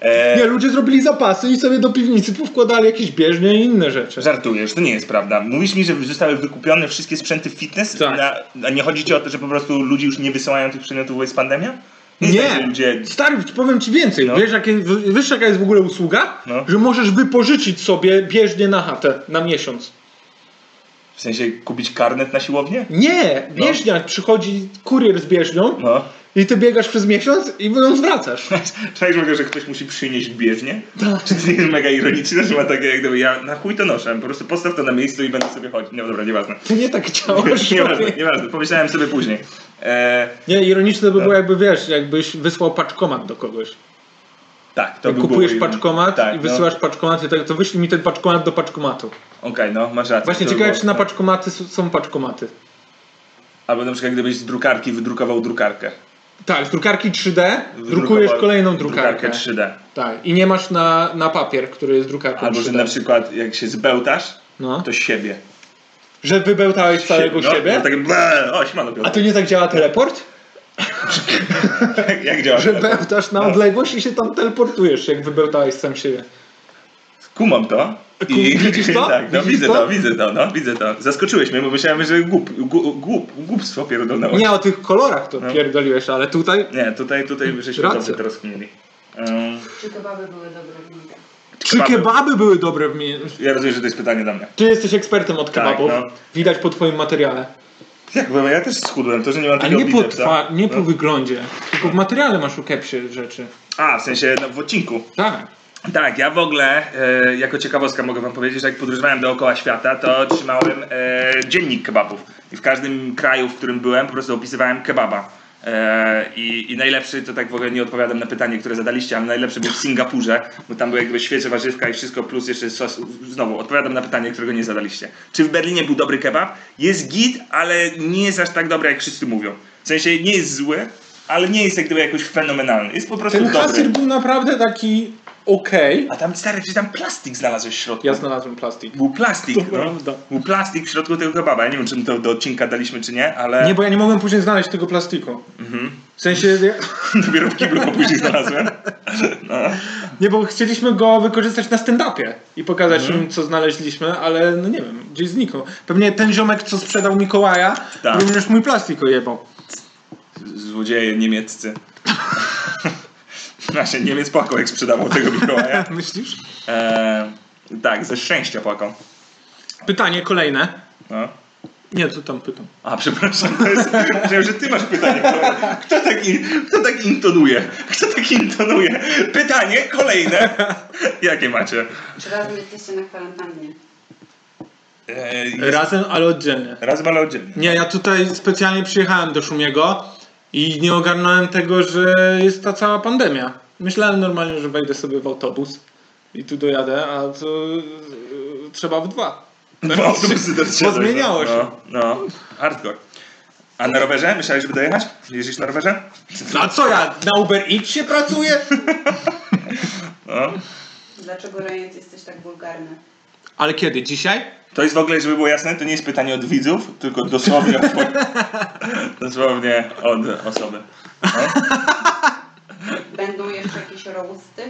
E,
Nie, ludzie zrobili zapasy i sobie do piwnicy powkładali jakieś bieżnie i inne rzeczy.
Żartujesz, to nie jest prawda. Mówisz mi, że zostały wykupione wszystkie sprzęty fitness,
Tak.
na, a nie chodzi ci o to, że po prostu ludzie już nie wysyłają tych przedmiotów, bo jest pandemia? jest tak, że
Nie,
ludzie...
stary, powiem ci więcej.
No.
Wiesz, jakie, wiesz jaka jest w ogóle usługa?
No.
Że możesz wypożyczyć sobie bieżnie na chatę na miesiąc.
W sensie kupić karnet na siłownię?
Nie, bieżnia, przychodzi kurier z bieżnią
No.
i ty biegasz przez miesiąc i ją zwracasz.
Cześć, mogę, że ktoś musi przynieść bieżnię? Tak. Czy to jest mega ironiczne, że ma takie jak gdyby ja na chuj to noszę, po prostu postaw to na miejscu i będę sobie chodzić. No dobra, nieważne.
Ty nie tak chciałeś.
Nieważne, nieważne, pomyślałem sobie później. E,
Nie, ironiczne by było jakby, wiesz, jakbyś wysłał paczkomat do kogoś.
tak, to by
Kupujesz
było-
paczkomat
tak,
i wysyłasz paczkomat i tak, to wyślij mi ten paczkomat do paczkomatu.
No. Okej, no, masz rację.
Właśnie
to by
ciekawe,
było- tak.
czy na paczkomaty s- są paczkomaty.
Albo na przykład gdybyś z drukarki wydrukował drukarkę.
Tak, z drukarki 3D drukujesz kolejną drukarkę.
Drukarkę 3D.
Tak, i nie masz na, na papier, który jest drukarką
Albo że
3D.
na przykład jak się zbełtasz,
No.
to siebie.
Że wybełtałeś całego
no,
siebie?
No, tak, ble, o, siemano,
A
Piotr.
to nie tak działa teleport?
Jak, jak działa?
Że bełtasz
No.
na odległość i się tam teleportujesz, jak wybełtałeś sam siebie.
Kumam to.
Kum- widzisz to?
tak, no,
Widzisz
widzę to?
to?
widzę to, no, widzę to. Zaskoczyłeś mnie, bo myślałem, że głup, gu, głup, głupstwo pierdolnęło.
Nie o tych kolorach to
No.
pierdoliłeś, ale tutaj
Nie, tutaj, tutaj żeśmy
Racja.
dobrze teraz kminili. Um,
Czy kebaby były dobre w nich?
trzy
Kebaby.
kebaby były dobre w mnie.
ja rozumiem, że to jest pytanie do mnie.
Ty jesteś ekspertem od
Tak,
kebabów.
no.
Widać po twoim materiale.
Jak powiem, ja też schudłem, to, że nie mam
Ale
takiego
nie po,
bicepsa.
twa- nie po
No.
wyglądzie, tylko w materiale masz u kepsie rzeczy.
A, w sensie no, w odcinku.
Tak.
Tak, ja w ogóle, e, jako ciekawostka mogę wam powiedzieć, że jak podróżowałem dookoła świata, to trzymałem e, dziennik kebabów. I w każdym kraju, w którym byłem, po prostu opisywałem kebaba. E, i, I najlepszy, to tak w ogóle nie odpowiadam na pytanie, które zadaliście, ale najlepszy był w Singapurze, bo tam były jakby świeże warzywka i wszystko, plus jeszcze sos. Znowu, odpowiadam na pytanie, którego nie zadaliście. Czy w Berlinie był dobry kebab? Jest git, ale nie jest aż tak dobry, jak wszyscy mówią. W sensie nie jest zły, ale nie jest jak gdyby jakoś fenomenalny. Jest po prostu
Ten
dobry.
hasier był naprawdę taki okej.
A tam stary, czy tam plastik znalazłeś w środku?
Ja znalazłem plastik.
Był plastik,
To prawda.
no. Był plastik w środku tego kebaba. Ja nie wiem, czy my to do odcinka daliśmy, czy nie, ale
Nie, bo ja nie mogłem później znaleźć tego plastiku.
Mhm.
W sensie, ja-
dopiero w kiblu go później znalazłem.
nie, bo chcieliśmy go wykorzystać na stand-upie i pokazać im, co znaleźliśmy, ale no nie wiem, gdzieś zniknął. Pewnie ten ziomek, co sprzedał Mikołaja,
Tak.
również mój plastik ojebał.
Złodzieje niemieccy. Właśnie, Niemiec płakał, jak sprzedawał tego Mikołaja.
Myślisz?
E, tak, ze szczęścia płakał.
Pytanie kolejne.
No.
Nie, co tam pytam?
A, przepraszam, to jest, myślałem, że ty masz pytanie. kolejne. Kto tak, in, kto tak intonuje? Kto tak intonuje? Pytanie kolejne. Jakie macie?
Czy razem jesteście na kwarantannie?
E, jest-
Razem, ale oddzielnie.
Raz balał dziennie.
Nie, ja tutaj specjalnie przyjechałem do Szumiego i nie ogarnąłem tego, że jest ta cała pandemia. Myślałem normalnie, że wejdę sobie w autobus i tu dojadę, a to yy, trzeba w dwa.
Bo autobusy No, też siedzą,
zmieniało się.
No, no, hardcore. A na rowerze? Myślałeś, żeby dojechać? Jeździsz na rowerze?
No A co ja, na Uber Eats się pracuję?
No.
Dlaczego Rejent jesteś tak wulgarny?
Ale kiedy? Dzisiaj?
To jest w ogóle, żeby było jasne, to nie jest pytanie od widzów, tylko dosłownie od, dosłownie od osoby.
Będą jeszcze jakieś rousty?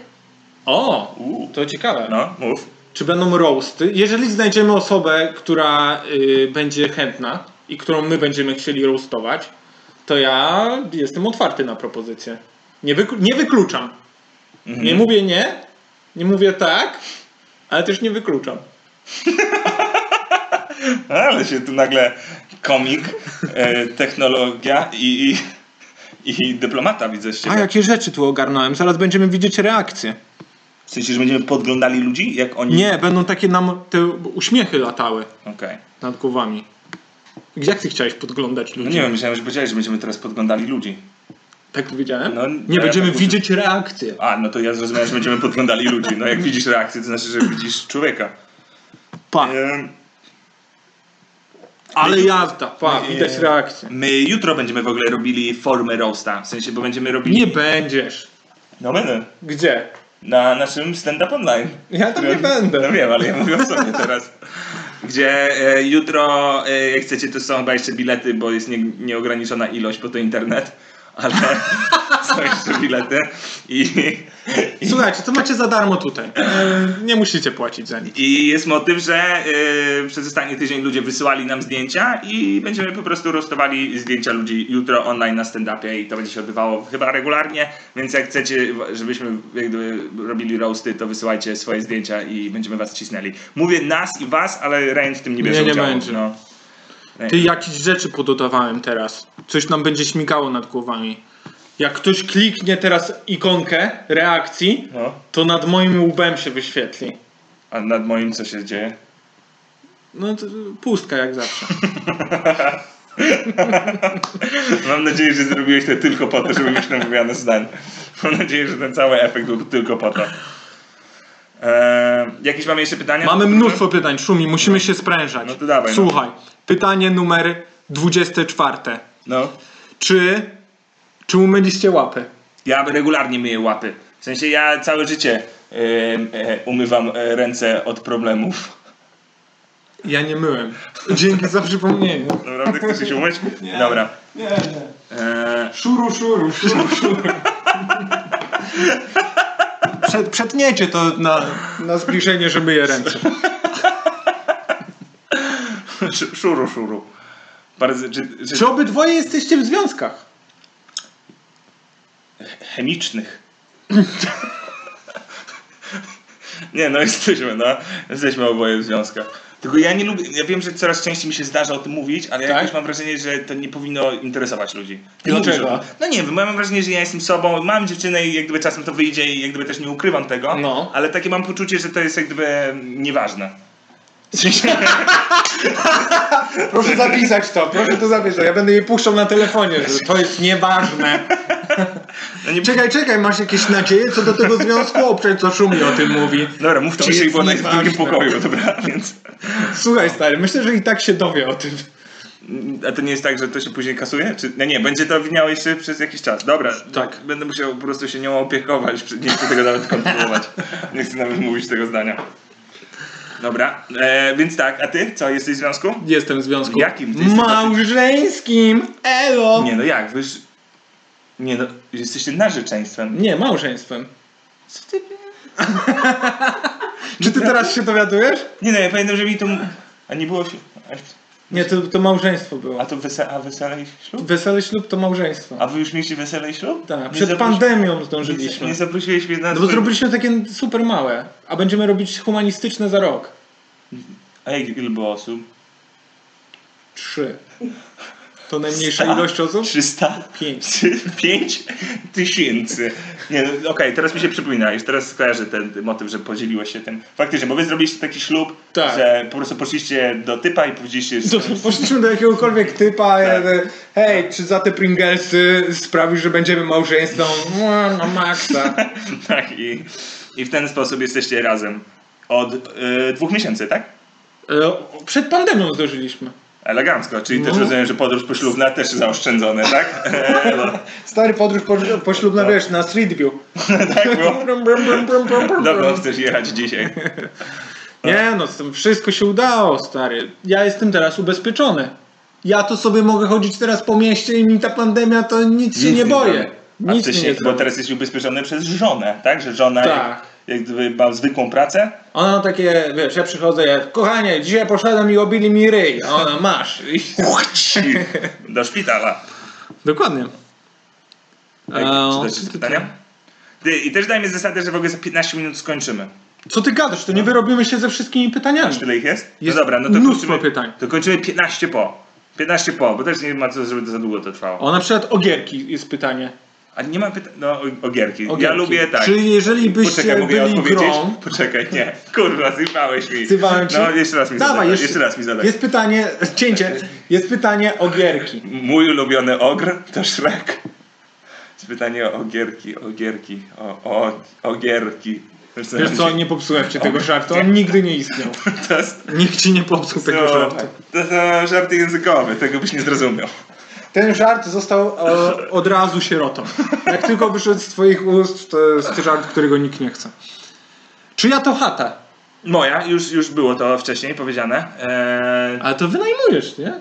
O,
Uuu.
to ciekawe.
No, mów.
Czy będą roasty? Jeżeli znajdziemy osobę, która y, będzie chętna i którą my będziemy chcieli roastować, to ja jestem otwarty na propozycje. Nie, wyklu- nie wykluczam. Nie mówię nie, nie mówię tak, ale też nie wykluczam.
Ale się tu nagle komik, e, technologia i, i, i dyplomata widzę z ciebie.
jakie rzeczy tu ogarnąłem? Zaraz będziemy widzieć reakcje.
W sensie, że będziemy podglądali ludzi, jak oni...
Nie, będą takie nam te uśmiechy latały
Okej.
nad głowami. Jak ty chciałeś podglądać
No
ludzi?
nie wiem, myślałem, że powiedziałeś, że będziemy teraz podglądali ludzi.
Tak powiedziałem?
No,
nie,
ja
będziemy
tak mówię.
widzieć reakcje.
A, no to ja zrozumiałem, że będziemy podglądali ludzi. No jak widzisz reakcję, to znaczy, że widzisz człowieka.
Pa,
Em,
ale jazda, pa,
Nie.
widać reakcje.
My jutro będziemy w ogóle robili formę roasta. W sensie, bo będziemy robili...
Nie będziesz.
No będę.
Gdzie?
Na naszym stand-up online.
Ja tam nie
Który- No
będę.
wiem, ale ja mówię o sobie teraz. Gdzie e, jutro, e, jak chcecie, to są chyba jeszcze bilety, bo jest nie, nieograniczona ilość, bo to internet. Ale są jeszcze bilety. I, i
Słuchajcie, to macie za darmo tutaj. E, Nie musicie płacić za nic.
I jest motyw, że y, przez ostatni tydzień ludzie wysyłali nam zdjęcia i będziemy po prostu rostowali zdjęcia ludzi jutro online na stand-upie i to będzie się odbywało chyba regularnie, więc jak chcecie, żebyśmy jak gdyby robili roasty, to wysyłajcie swoje zdjęcia i będziemy was cisnęli. Mówię nas i was, ale Ryan w tym nie bierze
Nie, nie
udziału.
będzie.
No.
Ty jakieś rzeczy pododawałem teraz. Coś nam będzie śmigało nad głowami. Jak ktoś kliknie teraz ikonkę reakcji,
No.
to nad moim łbem się wyświetli.
A nad moim co się dzieje?
No to pustka jak zawsze.
Mam nadzieję, że zrobiłeś to tylko po to, żeby mieć tę wymianę zdań. Mam nadzieję, że ten cały efekt był tylko po to. Eee, jakieś mamy jeszcze pytania?
Mamy mnóstwo pytań, Szumi, musimy się sprężać.
No to dawaj, no.
Słuchaj, pytanie numer 24.
No.
Czy Czy mu myliście łapy?
Ja regularnie myję łapy. W sensie ja całe życie e, e, umywam e, ręce od problemów.
Ja nie myłem. Dzięki za przypomnienie.
Naprawdę chcesz się umyć? Dobra.
Nie, nie.
E,
Szuru, szuru, szuru, szuru.
Prze- przetniecie to na, na zbliżenie, że myję ręce.
sz- szuru, szuru. Bardzo, czy, czy
Czy obydwoje jesteście w związkach?
chemicznych. nie, no jesteśmy, no. Jesteśmy oboje w związkach. Tylko ja nie lubię, ja wiem, że coraz częściej mi się zdarza o tym mówić, ale
Tak?
jakoś mam wrażenie, że to nie powinno interesować ludzi. Nie
Dlaczego?
mówisz o tym. No nie wiem, bo ja mam wrażenie, że ja jestem sobą, mam dziewczynę i jak gdyby czasem to wyjdzie i jak gdyby też nie ukrywam tego,
No.
ale takie mam poczucie, że to jest jak gdyby nieważne. W sensie,
Proszę zapisać to, proszę to zapisać. Ja będę jej puszczał na telefonie, że to jest nieważne.
no nie,
Czekaj, czekaj, masz jakieś nadzieje co do tego związku? Oprzeć, co Szumi o tym mówi.
Dobra, mów
To
ciszej,
jest
bo ona jest w drugim
nieważne.
pokoju, dobra, więc...
Słuchaj, stary, myślę, że i tak się dowie o tym.
A to nie jest tak, że to się później kasuje? Czy, no nie, będzie to widniało jeszcze przez jakiś czas. Dobra,
Tak.
będę musiał po prostu się nią opiekować. przy- Nie chcę tego nawet kontynuować. Nie chcę nawet mówić tego zdania. Dobra, e, więc tak, a ty co, jesteś w związku?
Jestem w związku.
Jakim? Ty jesteś
Małżeńskim! Elo!
Nie no jak, wiesz... Nie no, jesteście narzeczeństwem.
Nie, małżeństwem.
Co ty...
Czy ty teraz się dowiadujesz?
Nie no, ja pamiętam, że mi to... A nie było... a-
Nie, to, to małżeństwo było.
A to wese... a wesele i ślub?
Wesele ślub to małżeństwo.
A wy już mieliście wesele i ślub?
Tak,
Nie
przed
zaprosi-
pandemią
Nie,
zdążyliśmy.
nie zaprosiłeś mnie na
No bo
swój-
zrobiliśmy takie super małe, a będziemy robić humanistyczne za rok.
A jak- ile było osób?
Trzy. To najmniejsza ilość osób?
300?
Pięć.
5 tysięcy. Nie, no, okej, teraz mi się przypomina, już teraz kojarzę ten motyw, że podzieliłeś się tym. Faktycznie, bo wy zrobiliście taki ślub,
Tak.
że po prostu poszliście do typa i powiedzieliście, że...
To Poszliśmy do jakiegokolwiek typa,
Tak.
e, hej, czy za te Pringlesy sprawisz, że będziemy małżeństwem? No, no maksa.
tak, i, i w ten sposób jesteście razem. Od y, dwóch miesięcy, tak?
E, Przed pandemią zdążyliśmy.
Elegancko, czyli
No.
też rozumiem, że podróż poślubna też zaoszczędzone, tak? E, no,
Stary podróż po- poślubna, wiesz, na Street View.
tak było.
Brum, brum, brum, brum, brum, brum.
Dokąd chcesz jechać dzisiaj?
Nie no, z tym wszystko się udało, stary. Ja jestem teraz ubezpieczony. Ja to sobie mogę chodzić teraz po mieście i mi ta pandemia to nic się nie boję.
A
Nic mi
wcześniej,
nie
bo
zrobi.
teraz jesteś ubezpieczony przez żonę, tak? Że żona
Tak.
jak, jak gdyby ma zwykłą pracę,
Ona takie, wiesz, ja przychodzę, ja, kochanie, dzisiaj poszedłem i obili mi ryj. A Ona, masz. I...
Puchci! Do szpitala.
Dokładnie.
Ej,
Eee,
Czy też pytania? Ty, I też dajmy zasadę, że w ogóle za 15 minut skończymy.
Co ty gadasz? To nie wyrobimy się ze wszystkimi pytaniami.
Tyle ich jest?
Jest
no dobra, no to
mnóstwo
kończymy,
pytań.
To kończymy 15 po. 15 po, bo też nie ma co, żeby to za długo to trwało.
O, na przykład o gierki jest pytanie.
A nie ma pytań, no o, o gierki.
O
Ja
gierki.
lubię tak.
Czy jeżeli byście
Poczekaj, mogę ja
byli
odpowiedzieć?
grą...
Poczekaj, nie. Kurwa, zjebałeś mi.
Zjebałem ci?
No, jeszcze raz mi
Dawaj,
zadaj.
jeszcze-
Jeszcze, raz mi zadaj.
Jest pytanie, cięcie, jest pytanie o gierki.
Mój ulubiony ogr to Shrek. Pytanie o gierki, o gierki, o, o, o gierki.
Wiesz co, nie popsułem ci tego żartu, on nigdy nie istniał.
To jest
Nikt ci nie popsuł tego
to,
żartu.
No, tak. to są żarty językowe, tego byś nie zrozumiał.
Ten żart został e, od razu sierotą. Jak tylko wyszedł z twoich ust, to jest żart, którego nikt nie chce. Czy ja to chata?
Moja, już, już było to wcześniej powiedziane. E,
Ale to wynajmujesz, nie?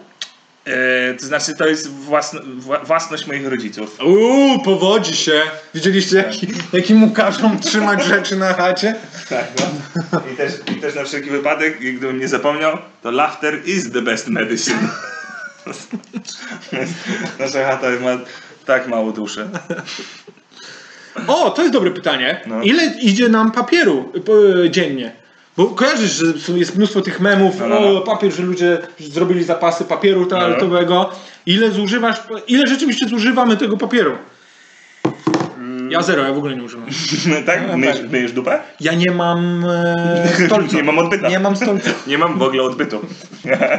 e, to znaczy, to jest własno, wła, własność moich rodziców.
Uuu, powodzi się. Widzieliście, jaki, jaki mu każą trzymać rzeczy na chacie?
Tak, no. I też, I też na wszelki wypadek, i gdybym nie zapomniał, to laughter is the best medicine. Nasza chata ma tak mało duszy.
O, to jest dobre pytanie.
No.
Ile idzie nam papieru y, dziennie? Bo kojarzysz, że są- jest mnóstwo tych memów,
No, no, no.
o papier, że ludzie zrobili zapasy papieru toaletowego. Ile zużywasz, ile rzeczywiście zużywamy tego papieru?
Mm.
Ja zero, ja w ogóle nie używam.
tak? Myjesz, myjesz dupę?
Ja nie mam e, stolca.
Nie mam odbytu.
Nie mam stolca.
Nie mam w ogóle odbytu.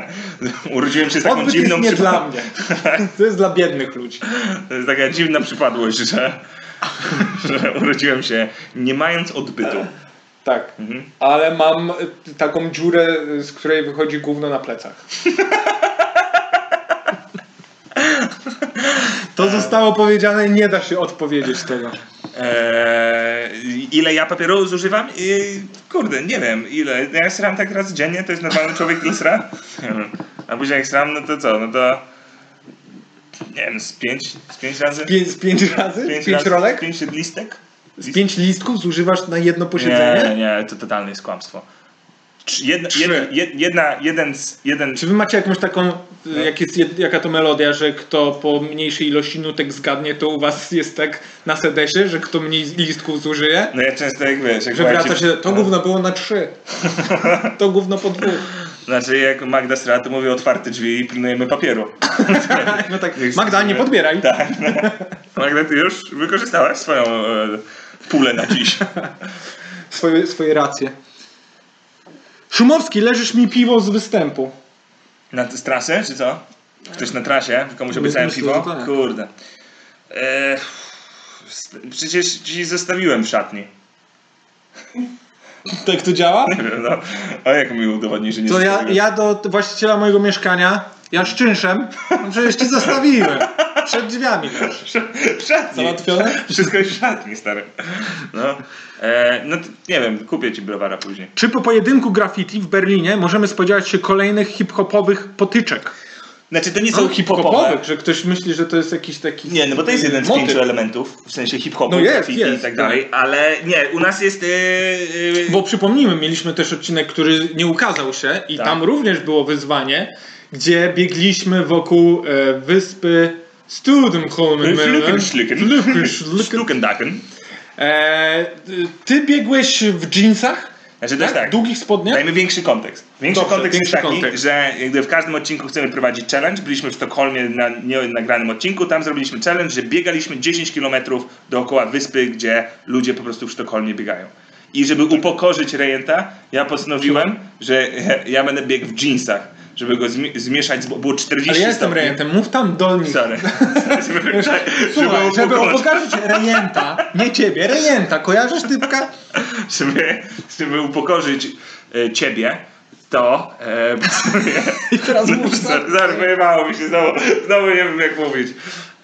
Urodziłem się z taką
Odbyt jest
dziwną
nie
przypa-
dla mnie. To jest dla biednych ludzi.
To jest taka dziwna przypadłość, że, że urodziłem się nie mając odbytu.
Tak. Ale mam y, taką dziurę, y, z której wychodzi gówno na plecach. To zostało powiedziane, nie da się odpowiedzieć tego.
Eee, ile ja papieru zużywam? I, kurde, nie wiem, ile. Ja sram tak raz dziennie, to jest normalny człowiek, który sra? Nie wiem. A później jak sram, no to co? No to. Nie wiem, z pięć, z pięć razy?
Pięć, z pięć razy? Pięć, rolek?
Z pięć listek?
Z pięć listków zużywasz na jedno posiedzenie?
Nie, nie, to totalne jest kłamstwo. Trz- Jedna,
Trzy.
jedna, jedna, jeden z, jeden,
Czy wy macie jakąś taką, y, jak jest, jed- jaka to melodia, że kto po mniejszej ilości nutek zgadnie, to u was jest tak na sedesie, że kto mniej listków zużyje?
no ja często jak wiesz, jak
Że
była
wraca
ci-
się, to
no.
gówno było na trzy. To gówno po dwóch.
Znaczy jak Magda sra, to mówię otwarte drzwi i pilnujemy papieru.
No tak, Magda, nie podbieraj.
Tak. Magda, ty już wykorzystałaś swoją e, pulę na dziś.
Swoje, swoje racje. Szumowski, leżysz mi piwo z występu.
Na z trasę, czy co? Ktoś na trasie, komuś obiecałem
myślę,
piwo?
że tak.
Kurde. E, s- przecież ci zostawiłem w szatni.
Tak to działa?
Nie wiem, no. A jak mi udowodnić, że nie
To ja,
zostawiłem?
ja do właściciela mojego mieszkania, ja z czynszem, no przecież ci zostawiłem. Przed drzwiami.
W szatni.
Załatwione?
Wszystko jest w szatni, stary. No, e, no to, nie wiem, kupię ci browara później.
Czy po pojedynku graffiti w Berlinie możemy spodziewać się kolejnych hip-hopowych potyczek?
Znaczy, to nie są hip-hopowe.
Hip-hopowych, że ktoś myśli, że to jest jakiś taki...
Nie, no bo to jest jeden z
Motyw.
pięciu elementów, w sensie hip-hopu,
No jest,
graffiti
jest,
i tak dalej, ale nie, u nas jest... Yy, yy,
Bo przypomnijmy, mieliśmy też odcinek, który nie ukazał się i
Tak.
tam również było wyzwanie, gdzie biegliśmy wokół e, wyspy Studenholmen.
Flukenschlucken. Stukendaken.
E, ty biegłeś w jeansach?
Znaczy też tak,
Długich spodniach?
dajmy większy kontekst. Większy
Dobrze,
kontekst
większy
jest taki,
kontekst.
że jakby w każdym odcinku chcemy prowadzić challenge, byliśmy w Sztokholmie na nie nagranym odcinku, tam zrobiliśmy challenge, że biegaliśmy 10 km dookoła wyspy, gdzie ludzie po prostu w Sztokholmie biegają. I żeby
Tak.
upokorzyć Rejenta, ja postanowiłem, że ja będę biegł w jeansach, żeby go zmi- zmieszać, z, bo było 40
Ale ja jestem
stopni.
rejentem, mów tam dolnik.
Sorry. żeby,
Słuchaj, żeby
upokorzyć-
upokarzyć rejenta, nie ciebie, rejenta, kojarzysz typka?
żeby, żeby upokorzyć e, ciebie, to e, postanowiłem-
I teraz mów
Zar- Zaraz pojebało mi się znowu, znowu nie wiem jak mówić.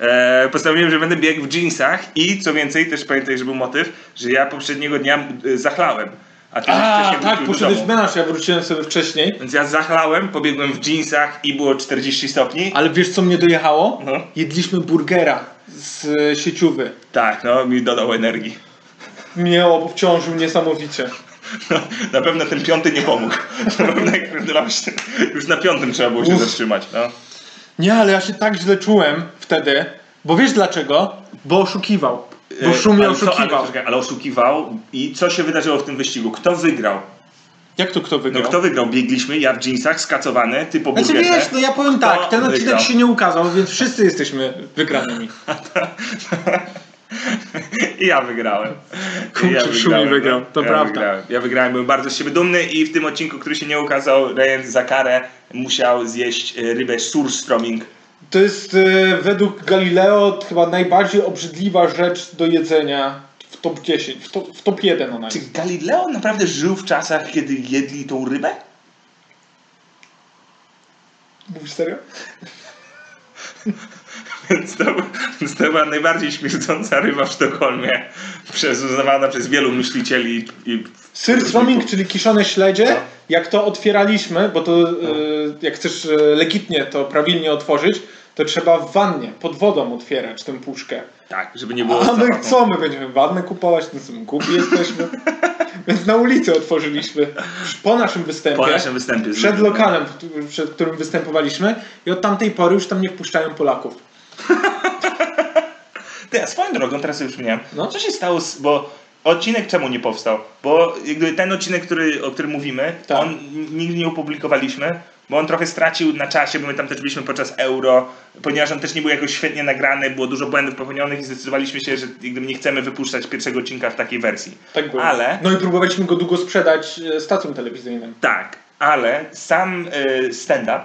E, postanowiłem, że będę biegł w jeansach i co więcej, też pamiętaj, że był motyw, że ja poprzedniego dnia e, zachlałem. A ty
A,
wcześniej
tak,
wrócił do
poszedłeś
domu.
w menaż, ja wróciłem sobie wcześniej.
Więc ja zachlałem, pobiegłem w jeansach i było 40 stopni.
Ale wiesz co mnie dojechało?
No.
Jedliśmy burgera z e, sieciówy.
Tak, no mi dodał energii.
Mnie obciążył niesamowicie.
No, Na pewno ten piąty nie pomógł. Na pewno jak pierdolałeś, to już na piątym trzeba było się
Uff.
zatrzymać. No.
Nie, ale ja się tak źle czułem wtedy, bo wiesz dlaczego? Bo oszukiwał. Bo Szum mnie
ale, co, ale,
oszukiwał.
poczekaj, ale oszukiwał. I co się wydarzyło w tym wyścigu? Kto wygrał?
Jak to kto
No
wygrał?
kto wygrał? Biegliśmy, ja w jeansach, skacowany, ty po
Znaczy
burgerze.
wiesz, no ja powiem
Kto
tak, ten odcinek
wygrał?
się nie ukazał, więc wszyscy jesteśmy wygranymi.
I ja wygrałem.
Kurczę,
I
Szumi
wygrałem, no.
wygrał, to
ja
prawda.
Wygrałem. Ja wygrałem, byłem bardzo z siebie dumny i w tym odcinku, który się nie ukazał, Rejent za karę musiał zjeść e, rybę surstroming.
To jest e, według Galileo chyba najbardziej obrzydliwa rzecz do jedzenia w top 10, w top, w top 1 ona
Czy
jest.
Galileo naprawdę żył w czasach, kiedy jedli tą rybę?
Mówisz serio?
Więc to, więc to była najbardziej śmierdząca ryba w Sztokholmie, przez, uznawana przez wielu myślicieli i
Syr stroming, czyli kiszone śledzie,
No.
jak to otwieraliśmy, bo to e,
Tak.
jak chcesz e, legitnie to prawidłnie otworzyć, to trzeba w wannie, pod wodą otwierać tę puszkę.
Tak, żeby nie było
A my
zapachu.
co, my będziemy wannę kupować, no co my głupi jesteśmy. Więc na ulicy otworzyliśmy, po naszym występie.
Po naszym występie.
przed lokalem, w któ- przed którym występowaliśmy i od tamtej pory już tam nie wpuszczają Polaków.
Ty, a swoją drogą, teraz sobie przypomniałem,
No.
co się stało, z, bo odcinek czemu nie powstał? Bo jakby ten odcinek, który, o którym mówimy,
Tak.
on n- nigdy nie opublikowaliśmy, bo on trochę stracił na czasie, bo my tam też byliśmy podczas euro, ponieważ on też nie był jakoś świetnie nagrany, było dużo błędów popełnionych i zdecydowaliśmy się, że jakby nie chcemy wypuszczać pierwszego odcinka w takiej wersji.
Tak było.
Ale,
No i próbowaliśmy go długo sprzedać e, stacjom telewizyjnym.
tak, ale sam y, stand-up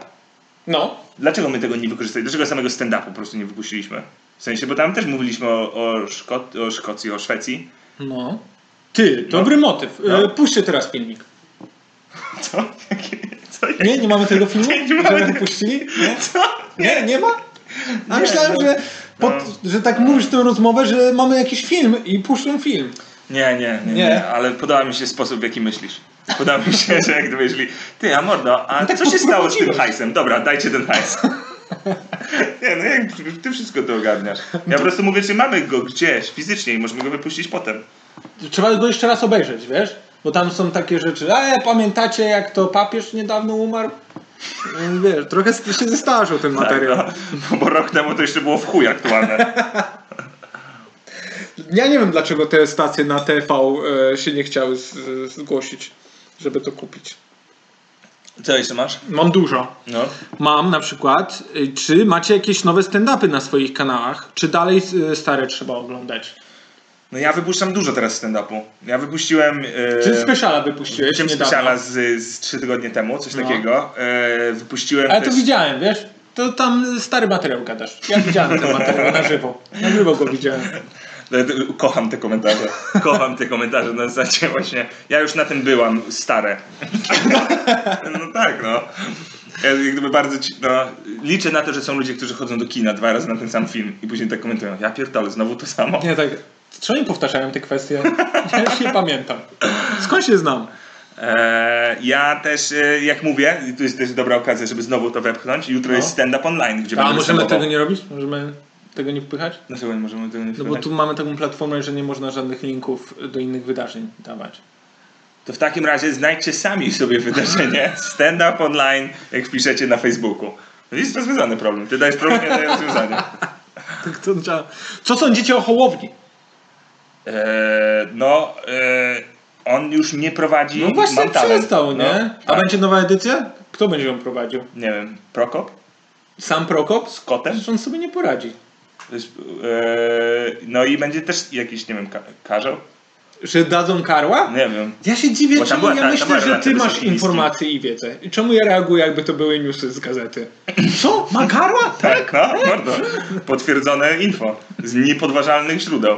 No,
Dlaczego my tego nie wykorzystaliśmy? Dlaczego samego stand-upu po prostu nie wypuściliśmy? W sensie, bo tam też mówiliśmy o, o, Szko- o Szkocji, o Szwecji.
no. Ty, dobry motyw. E,
No.
Puśćcie teraz filmik.
Co? Jakie- Co? Jak-
Nie, nie mamy tego filmu?
Nie mamy
Żebyśmy
tego.
puścili? Nie?
Co?
nie, nie ma? A
Nie,
myślałem,
no.
że pod, że tak mówisz tę rozmowę, że mamy jakiś film i puszczą film.
Nie, nie, nie, nie,
Nie.
ale podoba mi się sposób, w jaki myślisz. Podoba mi się, że jak gdyby myśli, ty, a mordo,
No
a
tak
co się stało z tym hajsem? Dobra, dajcie ten hajs. Nie, no jak ty wszystko to ogarniasz. Ja po prostu mówię, czy mamy go gdzieś fizycznie i możemy go wypuścić potem.
Trzeba go jeszcze raz obejrzeć, wiesz? Bo tam są takie rzeczy, e, pamiętacie jak to papież niedawno umarł? Mm,
Wiesz, trochę się zestarzał ten
Tak,
materiał.
no, no, bo rok temu to jeszcze było w chuj aktualne.
Ja nie wiem, dlaczego te stacje na TV e, się nie chciały z, zgłosić, żeby to kupić.
Co jeszcze masz?
Mam dużo.
No.
Mam na przykład, y, czy macie jakieś nowe stand-upy na swoich kanałach, czy dalej y, stare trzeba oglądać?
No ja wypuszczam dużo teraz stand-upu. Ja wypuściłem... e,
Czy speciala wypuściłeś
Czym
niedawno? No.
specjala z, z 3 tygodnie temu, coś takiego. E, wypuściłem
Ale to
też...
widziałem, wiesz? To tam stary materiał gadasz. Ja widziałem ten materiał na żywo. Na żywo go widziałem.
E, d- Kocham te komentarze. Kocham te komentarze na zasadzie właśnie. Ja już na tym byłam, stare. No tak, no. Ja jak gdyby bardzo ci, no, liczę na to, że są ludzie, którzy chodzą do kina dwa razy na ten sam film i później tak komentują. Ja pierdolę, znowu to samo.
Nie, tak. Czy oni powtarzają te kwestie? Ja już nie pamiętam.
Skąd się znam?
Eee, ja też, e, jak mówię, i to jest też dobra okazja, żeby znowu to wepchnąć. Jutro jest stand-up online, gdzie
No. A
będę
możemy
występował.
tego nie robić? Możemy tego nie wpychać?
Dlaczego nie możemy tego nie
No bo
wpychać?
tu mamy taką platformę, że nie można żadnych linków do innych wydarzeń dawać.
To w takim razie znajdźcie sami sobie wydarzenie stand-up online, jak wpiszecie na Facebooku. No jest rozwiązany problem. Ty dajesz problem, ja daję rozwiązanie.
Tak to działa. Co sądzicie o Hołowni?
Eee, no, eee, on już nie prowadzi.
No właśnie
mam talent.
przestał,
No,
nie? A
tak.
będzie nowa edycja? Kto będzie ją prowadził?
Nie wiem, Prokop?
Sam Prokop?
Z kotem?
Przecież on sobie nie poradzi.
To jest, eee, no i będzie też jakiś, nie wiem, ka- karzeł?
Że dadzą karła?
Nie wiem.
Ja się dziwię,
Bo tam
czemu
była
ja
ta- tam była
myślę, że ty
relacja
masz
wysokiej i niskiej.
informacje i wiedzę. I czemu ja reaguję, jakby to były newsy z gazety? Co? Ma karła? Tak?
Tak, no, mordo. Potwierdzone info z niepodważalnych źródeł,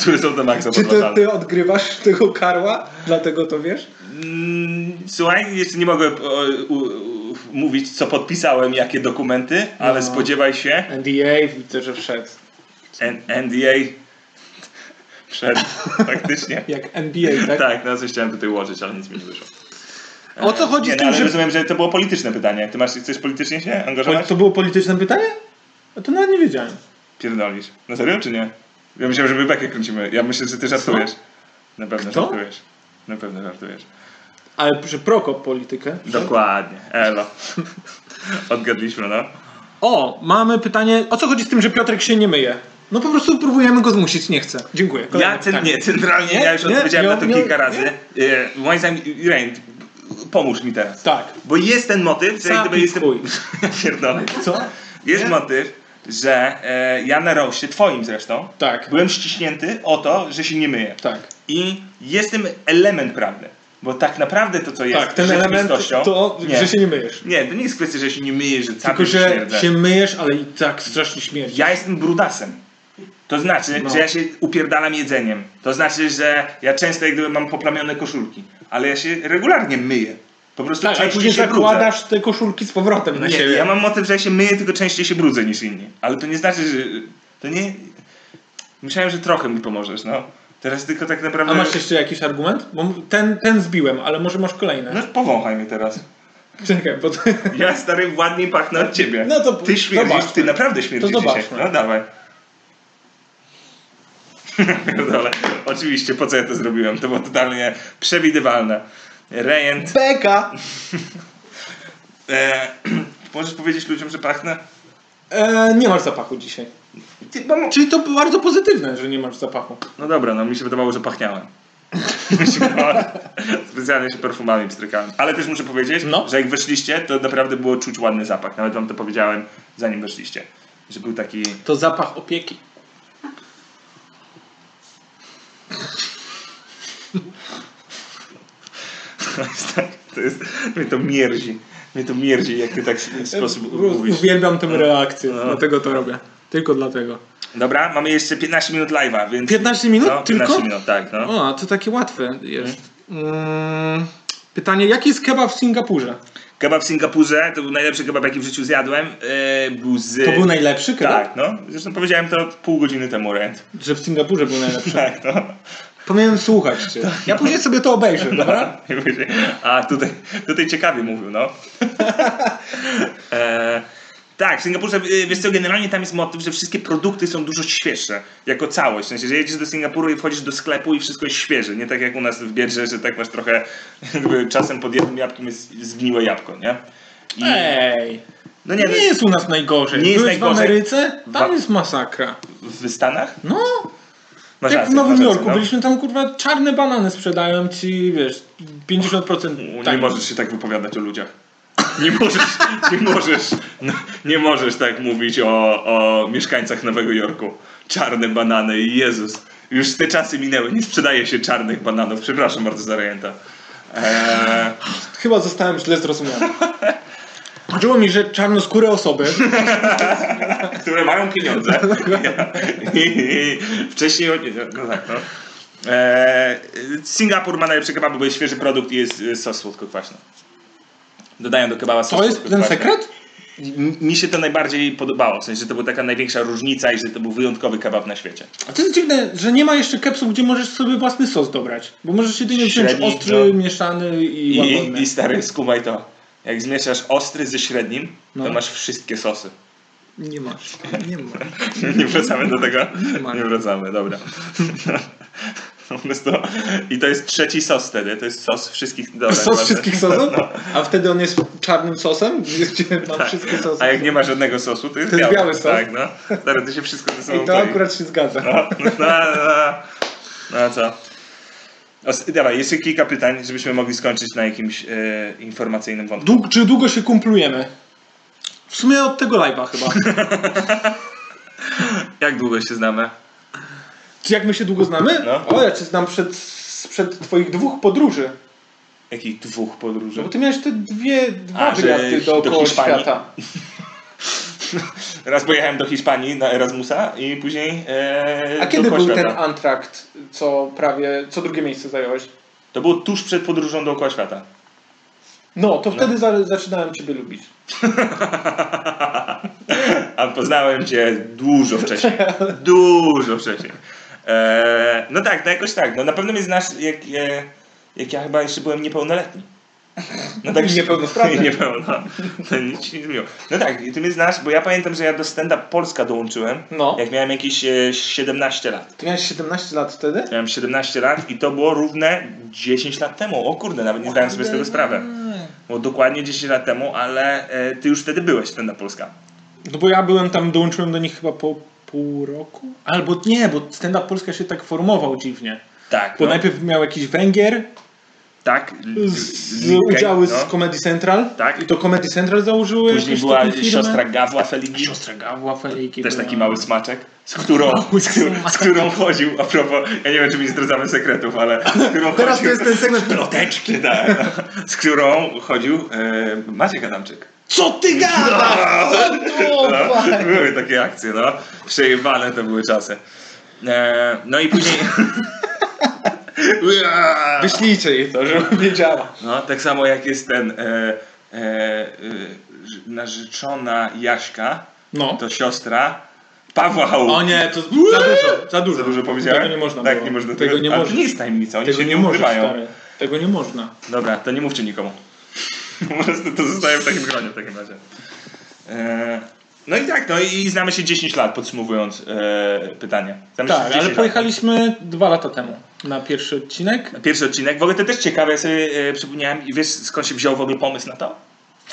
które są do maksa
Czy ty,
podważalne.
ty odgrywasz tego karła? Dlatego to wiesz?
Mm, Słuchaj, jeszcze nie mogę o, u, u, mówić, co podpisałem, jakie dokumenty, ale
No.
spodziewaj się.
NDA widzę, że wszedł.
N- NDA przed faktycznie.
Jak NBA, tak?
Tak, no coś chciałem tutaj ułożyć, ale nic mi nie wyszło.
O co chodzi
Nie, no,
z tym,
ale
że...
rozumiem, że to było polityczne pytanie. Ty masz, chcesz politycznie się angażować?
To było polityczne pytanie? A to nawet nie wiedziałem.
Pierdolisz. Na serio, czy nie? Ja myślałem, że my bekę kręcimy. Ja myślę, że ty żartujesz. Na pewno
Kto?
żartujesz. Na pewno żartujesz.
Ale że Prokop politykę.
Dokładnie. Elo. Odgadliśmy, no.
O, mamy pytanie, o co chodzi z tym, że Piotrek się nie myje? No po prostu próbujemy go zmusić, nie chcę. Dziękuję.
Ja cen, nie, centralnie, ja już
Nie?
odpowiedziałem na to
Miał- miał-
kilka razy. E, moim zdaniem, Rain, pomóż mi teraz.
Tak.
Bo jest ten motyw, że jak gdyby
Sapi
jestem...
chuj.
Pierdolę.
Co?
Jest motyw, że e, ja na roście, twoim zresztą,
Tak.
byłem ściśnięty o to, że się nie myję.
Tak.
I jest tym element prawny. Bo tak naprawdę to, co jest
Tak, ten element
rzeczywistością-
to,
nie.
że się nie myjesz.
Nie, to nie jest kwestia, że się nie myję, że cały
Tylko, że
śmierdzę.
się myjesz, ale i tak strasznie śmierdzi.
Ja jestem brudasem. To znaczy,
No.
że ja się upierdalam jedzeniem. To znaczy, że ja często jak gdyby mam poplamione koszulki. Ale ja się regularnie myję. Po prostu
Tak, ale
częściej
później
się brudzę. No
zakładasz te koszulki z powrotem na
Nie,
siebie.
ja mam motyw, że ja się myję, tylko częściej się brudzę niż inni. Ale to nie znaczy, że... To nie... Myślałem, że trochę mi pomożesz, no. Teraz tylko tak naprawdę...
A masz jeszcze jakiś argument? Bo ten, ten zbiłem, ale może masz kolejne.
No powąchaj mnie teraz.
Czekaj, bo to...
Ja stary ładniej pachnę od ciebie.
No to
Ty śmierdzisz,
zobaczmy.
ty naprawdę śmierdzisz
To
dzisiaj.
zobaczmy.
No dawaj. Pierdolę. Oczywiście, po co ja to zrobiłem? To było totalnie przewidywalne. Rejent.
Beka!
E, możesz powiedzieć ludziom, że pachnę?
E, nie masz zapachu dzisiaj.
Ty, bo... mu-
Czyli to bardzo pozytywne, że nie masz zapachu.
No dobra, no mi się wydawało, że pachniałem. Mi się wydawało, Specjalnie się perfumami pstrykałem. Ale też muszę powiedzieć,
No.
że jak weszliście, to naprawdę było czuć ładny zapach. Nawet wam to powiedziałem, zanim weszliście. Że był taki...
To zapach opieki.
To jest tak, to jest, mnie to mierzi. Mnie to mierzi, jak ty tak w sposób mówisz.
Uwielbiam tę reakcję,
No.
dlatego to robię. Tylko dlatego.
Dobra, mamy jeszcze 15 minut live'a, więc...
15 minut
no, 15
tylko?
minut, tak, no. Mhm.
O, a to takie łatwe jest. Mm, pytanie, jaki jest kebab w Singapurze?
Kebab w Singapurze, to był najlepszy kebab, jaki w życiu zjadłem. E, był z...
To był najlepszy kebab?
Tak, no. Zresztą powiedziałem to pół godziny temu, Rent.
Że w Singapurze był najlepszy.
Tak, no.
Powinienem słuchać cię.
Tak.
Ja później sobie to obejrzę, dobra?
A tutaj, tutaj ciekawie mówił, no. e, tak, w Singapurze, y, wiesz co, generalnie tam jest motyw, że wszystkie produkty są dużo świeższe, jako całość. W sensie, że jedziesz do Singapuru i wchodzisz do sklepu i wszystko jest świeże, nie tak jak u nas w Biedrze, że tak masz trochę, jakby czasem pod jednym jabłkiem jest zgniłe jabłko, nie? I,
Ej,
no
nie
no,
jest u nas najgorzej.
Nie jest
Byłeś w
najgorzej.
Ameryce? Tam
Wa-
jest masakra.
w Stanach?
No,
Masz
jak
rację,
w
masz
Nowym
rację,
Jorku.
no.
Byliśmy tam, kurwa, czarne banany sprzedają ci, wiesz, 50%
Nie
taniej.
możesz się tak wypowiadać o ludziach. Nie możesz, nie możesz, no, nie możesz tak mówić o, o mieszkańcach Nowego Jorku. Czarne banany, Jezus. Już te czasy minęły, nie sprzedaje się czarnych bananów. Przepraszam bardzo za rejenta. Eee,
Chyba zostałem źle zrozumiany. Chodziło mi, że czarnoskóre osoby
które mają pieniądze. I Wcześniej... No tak, no. Eee, Singapur ma najlepsze kebaby, bo jest świeży produkt i jest y, sos słodko-kwaśny. Dodają do kebaba sos
To jest ten
słodko-kwaśny.
sekret?
M- mi się to najbardziej podobało, w sensie, że to była taka największa różnica i że to był wyjątkowy kebab na świecie.
A to jest dziwne, że nie ma jeszcze kepsów, gdzie możesz sobie własny sos dobrać. Bo możesz jedynie wziąć
Średni,
ostry,
no.
mieszany i,
I,
łagodny.
i, i stary, skumaj to. Jak zmieszasz ostry ze średnim,
No.
to masz wszystkie sosy.
Nie masz, nie masz.
Nie wracamy do tego?
ma.
Nie wracamy, dobra. Po prostu- I to jest trzeci sos wtedy, to jest sos wszystkich... Dobra, No.
Sos
nieważne.
wszystkich sosów? A wtedy on jest czarnym sosem, gdzie mam
Tak.
wszystkie sosy.
A jak nie ma żadnego sosu, to jest,
To jest
biały.
biały sos.
Tak, no. Stary, to się wszystko ze sobą
I to
klei.
akurat się zgadza.
No, no, no, no a co? Os- Dawaj, jeszcze kilka pytań, żebyśmy mogli skończyć na jakimś e, informacyjnym wątku.
Dług, czy długo się kumplujemy? W sumie od tego live'a chyba.
Jak długo się znamy?
Czy jak my się długo znamy?
No.
O, ja cię znam przed, sprzed twoich dwóch podróży.
Jakich dwóch
No
podróży?
bo ty miałeś te dwie, dwa
A, że
wyjazdy
do
dookoła
Hiszpanii.
świata.
Raz pojechałem do Hiszpanii na Erasmusa i później. E,
A kiedy
dookoła
był ten
świata.
antrakt, co prawie, co drugie miejsce zająłeś?
To było tuż przed podróżą dookoła świata.
No, to wtedy za, zaczynałem ciebie lubić.
A poznałem cię dużo wcześniej. Dużo wcześniej. E, no tak, no jakoś tak. No na pewno mnie znasz, jak, e, jak ja chyba jeszcze byłem niepełnoletni. No
I niepełnosprawny.
I niepełno. No, nic się nie zmieniło. No tak, i ty mnie znasz, bo ja pamiętam, że ja do stand-up Polska dołączyłem,
No.
jak miałem jakieś e, 17 lat.
Ty miałeś 17 lat wtedy?
Miałem 17 lat i to było równe 10 lat temu. O kurde, nawet nie zdałem sobie z tego sprawy. Było dokładnie 10 lat temu, ale e, ty już wtedy byłeś stand-up Polska.
No bo ja byłem tam, dołączyłem do nich chyba po pół roku? Albo nie, bo stand-up Polska się tak formował dziwnie.
Tak.
Bo
no.
najpierw miał jakiś Węgier
Tak.
z, z udziały z Comedy Central.
Tak.
I to Comedy Central założyły
Później
jakąś
była
taką firmę.
siostra Gawła Feligi.
Siostra Gawła Feliki.
Też
była.
taki mały smaczek, z którą, z, któ- z którą chodził, a propos, ja nie wiem czy mi zdradzamy sekretów, ale z którą
Teraz to
chodził,
jest ten segment ploteczki.
Czy da, z którą chodził e, Maciek Adamczyk.
Co ty gadasz? Co to?
No, były takie akcje, no. Przejebane to były czasy. E, no i później... Ua!
Wyślijcie jej to, żeby wiedziała.
No, tak samo jak jest ten e, e, e, ż- narzeczona Jaśka,
No.
to siostra Pawła Chałupa.
O nie, to za dużo, za dużo.
Za dużo powiedziałem?
Tego nie można
Tak,
było.
nie można.
Tego nie
Ale
można.
To nie jest tajemnica, oni
Tego
się
nie
nie
można,
ukrywają.
stary. Tego nie można.
Dobra, to nie mówcie nikomu. Po prostu to zostaje w takim gronie w takim razie. E, no i tak, no i znamy się 10 lat, podsumowując e, pytanie. Znamy się
Tak,
10
ale
lat.
pojechaliśmy dwa lata temu na pierwszy odcinek.
Pierwszy odcinek, w ogóle to też ciekawe, ja sobie e, przypomniałem i wiesz skąd się wziął w ogóle pomysł na to?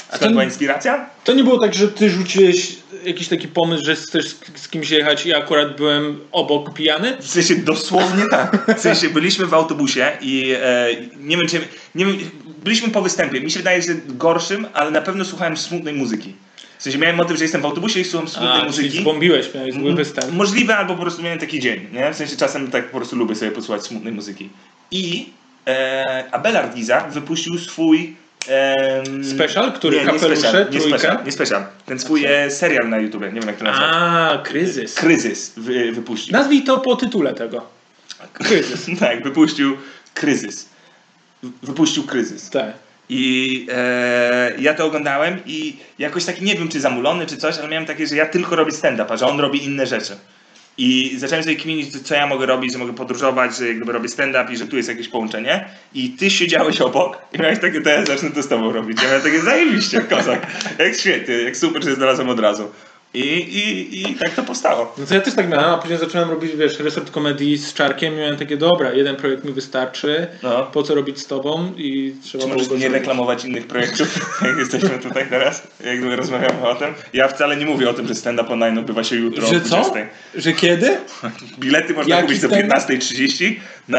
A to
Skąd?
była inspiracja?
To nie było tak, że ty rzuciłeś jakiś taki pomysł, że chcesz z- z kimś jechać i akurat byłem obok pijany?
W sensie dosłownie tak. W sensie byliśmy w autobusie i e, nie wiem czy. Nie wiem, byliśmy po występie. Mi się wydaje, że gorszym, ale na pewno słuchałem smutnej muzyki. W sensie miałem motyw, że jestem w autobusie i słucham smutnej
A, czyli
muzyki. Mhm.
zbombiłeś, miałeś zły występ.
Możliwe, albo po prostu miałem taki dzień. Nie? W sensie czasem tak po prostu lubię sobie posłuchać smutnej muzyki. I e, Abelard Giza wypuścił swój. em,
Special? Który?
nie, nie
Kapelusze?
special, nie
Trójkę?
special, nie special. Ten swój e, serial na YouTubie, nie wiem jak to nazywa.
A, kryzys.
Kryzys wy, wypuścił.
Nazwij to po tytule tego. Kryzys.
tak, wypuścił kryzys. W- Wypuścił kryzys.
Tak.
I e, ja to oglądałem i jakoś taki nie wiem, czy zamulony, czy coś, ale miałem takie, że ja tylko robię stand-up, a że on robi inne rzeczy. I zacząłem sobie kminić, co ja mogę robić, że mogę podróżować, że jakby robię stand-up i że tu jest jakieś połączenie. I ty siedziałeś obok i miałeś takie, to ja zacznę to z tobą robić. Ja miałem takie, zajebiście, kozak, jak świetnie, jak super, że znalazłem od razu. I, i, i tak to powstało.
No to ja też tak miałem, a później zacząłem robić, wiesz, resort komedii z czarkiem i miałem takie, dobra, jeden projekt mi wystarczy,
No.
po co robić z tobą i trzeba
Czy
było
możesz
go
nie
zrobić.
reklamować innych projektów, jak jesteśmy tutaj teraz, jak rozmawiamy o tym? Ja wcale nie mówię o tym, że stand-up online odbywa się jutro o
Że co?
20.
Że kiedy?
Bilety można
Jaki
kupić do
stand-up?
15.30. No,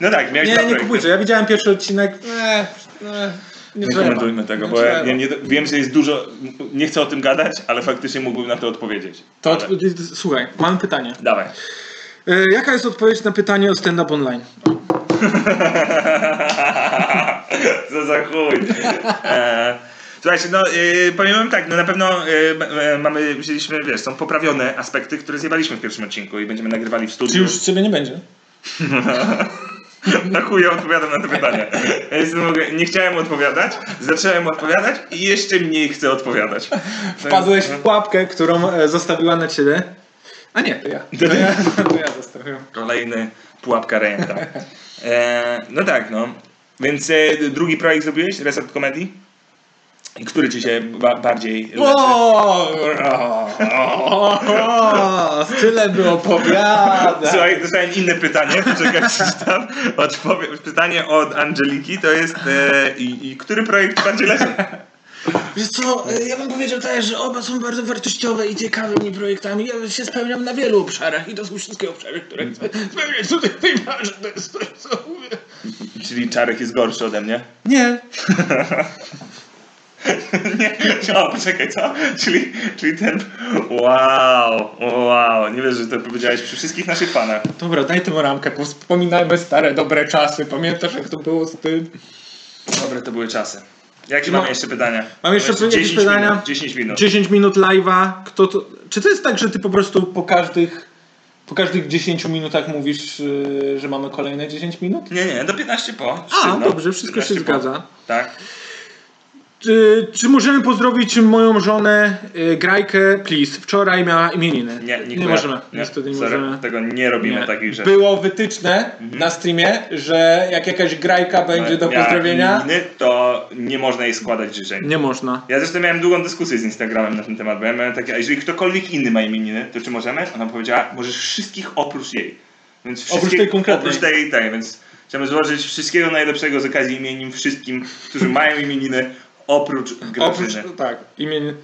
no tak, miałeś dwa
Nie, nie
projekty.
kupujcie, ja widziałem pierwszy odcinek, eee, eee, nie
Nie
trzeba.
komentujmy tego,
Nie
bo ja
trzeba.
nie, nie, wiem, że jest dużo, nie chcę o tym gadać, ale faktycznie mógłbym na to odpowiedzieć.
To,
Ale-
słuchaj, mam pytanie.
Dawaj.
E, jaka jest odpowiedź na pytanie o stand-up online?
Co za chuj. E, Słuchajcie, no y, powiem wam tak, no na pewno y, b- e, mamy, wzięliśmy, wiesz, są poprawione aspekty, które zjebaliśmy w pierwszym odcinku i będziemy nagrywali w studiu.
Czy już ciebie nie będzie?
Na chuj ja odpowiadam na to pytanie. Ja Więc mogę, nie chciałem odpowiadać, zacząłem odpowiadać i jeszcze mniej chcę odpowiadać. To jest-
Wpadłeś
Mhm.
w pułapkę, którą e, zostawiła na ciebie. A nie, to ja. To ja, to ja zostawiłem.
Kolejny pułapka rejenta. E, no tak, no. Więc e, drugi projekt zrobiłeś, Resort Komedii? I Który ci się ba- bardziej... leży?
O, tyle by opowiadać.
Słuchaj, dostałem inne pytanie, poczekaj, przeczytam. Odpowiem. Pytanie od Angeliki to jest, e, i, i który projekt bardziej leży?
Wiesz co, y, ja bym powiedział tak, że oba są bardzo wartościowe i ciekawymi projektami. Ja się spełniam na wielu obszarach i to są wszystkie obszary, które chcę spełniać tutaj w tej marze. To jest to, co mówię.
Czyli Czarek jest gorszy ode mnie.
Nie,
Nie, o, poczekaj, co? Czyli, czyli ten. Wow, wow, nie wiesz, że to powiedziałeś przy wszystkich naszych panach.
Dobra, daj tę ramkę, bo wspominajmy stare, dobre czasy. Pamiętasz, jak to było z tym?
Dobre to były czasy. Jakie mamy No, jeszcze pytania?
Mam jeszcze jakieś
10
pytania?
Minut, 10 minut.
10 minut live'a. Kto to... Czy to jest tak, że ty po prostu po każdych, po każdych 10 minutach mówisz, yy, że mamy kolejne 10 minut?
Nie, nie, do 15 po.
A,
sztywno.
dobrze, wszystko
15
się
po.
zgadza.
Tak.
Czy, czy możemy pozdrowić moją żonę y, Grajkę, please? Wczoraj miała imieniny.
Nie, nie,
nie możemy. Niestety nie
sorry,
możemy.
Tego nie robimy
Nie.
takich rzeczy. Mhm.
Było wytyczne na streamie, że jak jakaś
No,
grajka będzie do
Jak
pozdrowienia,
miny, to nie można jej składać życzeń.
nie można.
Ja zresztą miałem długą dyskusję z Instagramem na ten temat, bo ja miałem takie, a jeżeli ktokolwiek inny ma imieniny, to czy możemy? Ona powiedziała, możesz wszystkich oprócz jej. Więc wszystkie-
tej konkretnej.
Oprócz tej, tej, więc chciałem złożyć wszystkiego najlepszego z okazji imienin wszystkim, którzy mają imieniny, oprócz
Oprócz,
Grażyny.
tak, imię...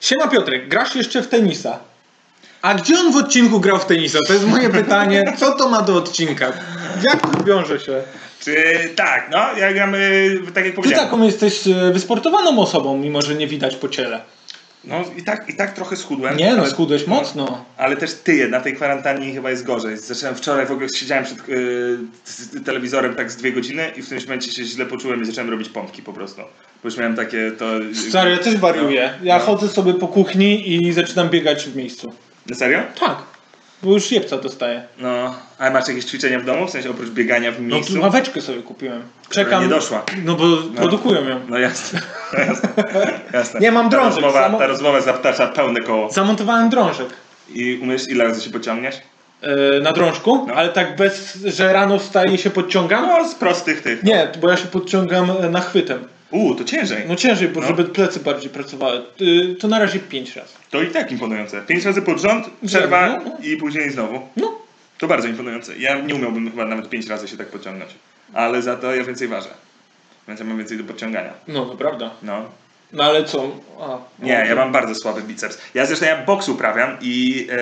Siema Piotrek, grasz jeszcze w tenisa. A gdzie on w odcinku grał w tenisa? To jest moje pytanie. Co to ma do odcinka? Jak to wiąże się?
Czy tak, no, ja gram, y, tak jak
Ty
powiedziałem.
taką jesteś e, wysportowaną osobą, mimo że nie widać po ciele.
No i tak, i tak trochę schudłem.
Nie no,
ale-
schudłeś mocno.
Ale też ty, na tej kwarantannie chyba jest gorzej. Zacząłem wczoraj, w ogóle siedziałem przed yy, z telewizorem tak z dwie godziny i w którymś momencie się źle poczułem i zacząłem robić pompki po prostu. Bo już miałem takie to... y,
Stary, ja też wariuję. Ja
No.
chodzę sobie po kuchni i zaczynam biegać w miejscu.
No serio?
Tak, bo już jebca dostaję.
No. Ale masz jakieś ćwiczenia w domu? W sensie oprócz biegania w
No,
miejscu?
ławeczkę sobie kupiłem. Czekam.
Nie doszła.
No bo produkują ją.
No jasne. No, jasne. jasne.
Nie, mam drążek,
Ta rozmowa,
samo-
ta rozmowa zaptacza pełne koło.
Zamontowałem drążek
I umiesz ile razy się pociągniesz?
e, na drążku,
No.
ale tak bez, że rano wstaję i się podciągam.
No z prostych tych.
Nie, bo ja się podciągam e, na chwytem.
Uuu, to ciężej.
No ciężej, bo
No.
żeby plecy bardziej pracowały. Y, To na razie pięć razy.
To i tak imponujące. Pięć razy pod rząd, przerwa
No, no.
i później znowu.
No.
To bardzo imponujące. Ja nie umiałbym chyba nawet pięć razy się tak pociągnąć. Ale za to ja więcej ważę. Więc ja mam więcej do podciągania.
No, to prawda.
No.
No ale co? A,
Nie,
no,
ja mam bardzo słaby biceps. Ja zresztą ja boks uprawiam i e,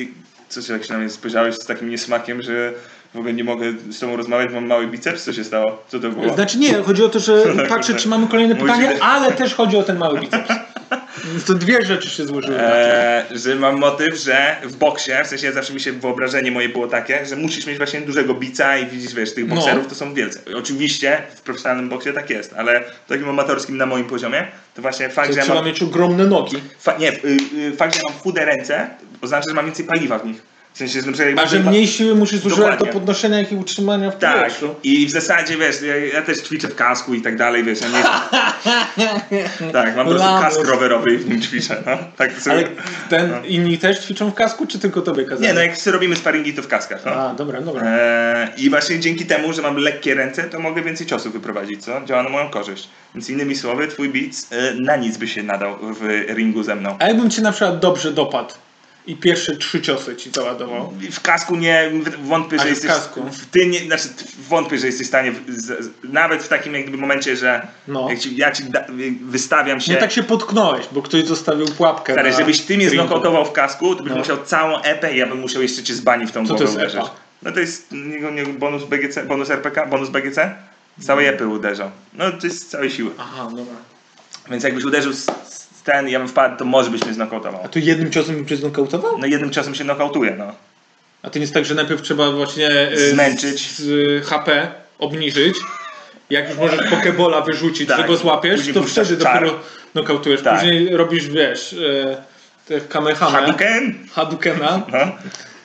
i- coś jak się na mnie spojrzałeś z takim niesmakiem, że w ogóle nie mogę z tobą rozmawiać, mam mały biceps. Co się stało? Co to było?
Znaczy nie, chodzi o to, że patrzę,
Kurde.
czy mamy kolejne pytanie,
Musimy-
ale też chodzi o ten mały biceps. To dwie rzeczy się złożyły.
E, że mam motyw, że w boksie, w sensie zawsze mi się wyobrażenie moje było takie, że musisz mieć właśnie dużego bica i widzisz, wiesz, tych
No.
bokserów to są wielcy. Oczywiście w profesjonalnym boksie tak jest, ale w takim amatorskim na moim poziomie, to właśnie fakt, że no. ja
Trzeba
mam,
mieć ogromne nogi.
fa, nie, y, y, fakt, że ja mam chude ręce, oznacza, że mam więcej paliwa w nich. W sensie, że na przykład...
A
jakby
że
wypadł-
mniej no. siły musisz używać do
Dokładnie.
podnoszenia, jak i utrzymania w
Tak,
powietrzu.
i w zasadzie wiesz, ja, ja też ćwiczę w kasku i tak dalej, wiesz, ja nie... tak, mam po prostu
Lamus.
kask rowerowy i w nim ćwiczę, no. Tak sobie...
Ale ten,
No.
inni też ćwiczą w kasku, czy tylko tobie kazali?
Nie, no jak sobie robimy sparingi, to w kaskach, no.
A, dobra, dobra.
Eee, I właśnie dzięki temu, że mam lekkie ręce, to mogę więcej ciosów wyprowadzić, co działa na moją korzyść. Więc innymi słowy, twój beats e, na nic by się nadał w ringu ze mną.
A jakbym cię na przykład dobrze dopadł i pierwsze trzy ciosy ci załadował?
W kasku nie wątpię,
A,
że
że w
jesteś.
kasku.
w- Ty nie, znaczy t- wątpię, że jesteś w stanie. w- Z, z, nawet w takim jak gdyby momencie, że
No.
jak ci, ja ci da, wystawiam się.
Nie tak się potknąłeś, bo ktoś zostawił pułapkę
Stary,
na
żebyś ty mnie
rynku.
znokautował w kasku, to byś
No.
musiał całą epę i ja bym musiał jeszcze cię z bani w tą
Co to
głowę
jest
uderzyć.
epa?
No to jest nie, nie, bonus BGC, bonus RPK, bonus BGC? Całej epy uderzał. No to jest z całej siły.
Aha, dobra.
Więc jakbyś uderzył z, z ten, ja bym wpadł, to może byś mnie znokautował.
A to jednym ciosem cię znokautował?
No jednym czasem się nokautuje, no.
A to nie jest tak, że najpierw trzeba właśnie y,
Zmęczyć.
z, y, HP obniżyć. Jak już możesz pokebola wyrzucić,
Tak.
że go złapiesz,
Później
to
wrzucasz
wtedy
czar.
dopiero nokautujesz.
Tak.
Później robisz, wiesz, y, te kamehame,
Haduken!
hadukena
No.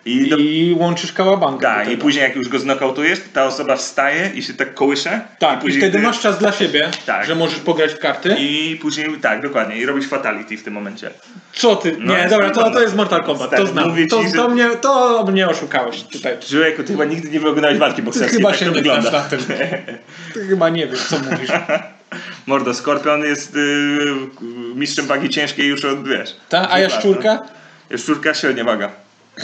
I, do,
Tak. i łączysz kałabankę. do
tak, i
tego.
później jak już go znokautujesz, to ta osoba wstaje i się tak kołysze.
tak, i
później
wtedy
ty-
masz czas dla siebie,
Tak.
że możesz pograć w karty.
I później, tak, dokładnie. I robisz fatality w tym momencie.
Co ty?
No,
nie,
jest
dobra, to,
Mortal
to jest Mortal Kombat, to
Stary,
znam.
mówię ci,
to,
że-
to, mnie, to mnie oszukałeś tutaj.
Żyłeku, ty chyba nigdy nie wyoglądałeś walki
Ty
bokserskiej.
chyba
tak
się
to
nie znasz na
wygląda.
tym. Ty chyba nie wiesz, co mówisz.
Mordo, Skorpion jest yy, mistrzem wagi ciężkiej już od, wiesz...
Ta, a
dwóch lat, no.
jaszczurka?
Jaszczurka średnia waga.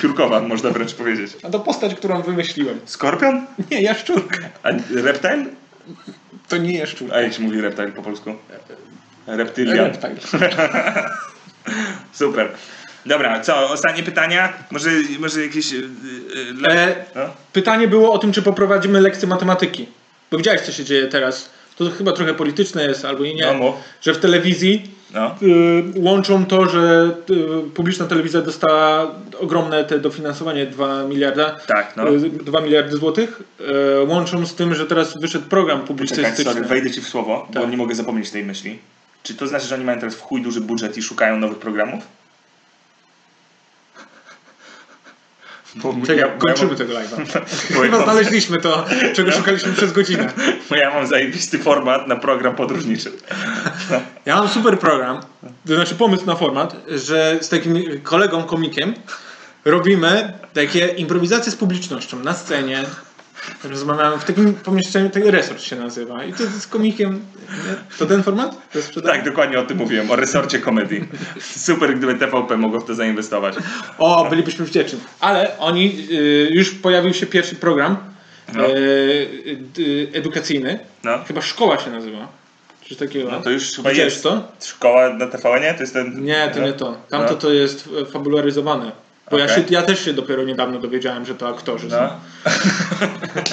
Piórkowa, można wręcz powiedzieć.
A to postać, którą wymyśliłem.
Skorpion?
Nie, jaszczurka.
A reptile?
To nie jaszczurka.
A jak się mówi reptile po polsku? Reptylian.
Reptile.
Super. Dobra, co? Ostatnie pytania? Może, może jakieś... Yy, yy, le-
E,
no?
pytanie było o tym, czy poprowadzimy lekcję matematyki. Bo widziałeś, co się dzieje teraz. To chyba trochę polityczne jest, albo i nie.
No, mów.
Że w telewizji
no.
y, łączą to, że y, publiczna telewizja dostała ogromne te dofinansowanie 2 miliarda.
Tak, no.
y, 2 miliardy złotych. y, Łączą z tym, że teraz wyszedł program
Czekaj,
publicystyczny.
sorry, wejdę ci w słowo, bo
Tak.
nie mogę zapomnieć tej myśli. Czy to znaczy, że oni mają teraz w chuj duży budżet i szukają nowych programów? Bo
Czekaj,
ja-
kończymy
ja
tego live'a.
mam, bo ja,
Chyba
mam,
znaleźliśmy to, czego szukaliśmy przez godzinę.
bo ja mam zajebisty format na program podróżniczy.
Ja mam super program, to znaczy pomysł na format, że z takim kolegą komikiem robimy takie improwizacje z publicznością na scenie. Rozmawiamy w takim pomieszczeniu, ten resort się nazywa. I to z komikiem. nie? To ten format? To sprzedałem?
Tak, dokładnie o tym mówiłem, o resorcie komedii. Super, gdyby TVP mogło w to zainwestować.
O, bylibyśmy wdzięczni. Ale oni, y, już pojawił się pierwszy program
No.
y, y, y, edukacyjny.
No.
Chyba szkoła się nazywa. Czy takiego?
No to już chyba
Widziałeś
jest.
to?
Szkoła na TVN-ie? To jest ten...
Nie, to
no.
nie to. Tamto
No.
to jest e, fabularyzowane. Bo ja, się,
Okej.
ja też się dopiero niedawno dowiedziałem, że to aktorzy są.
No.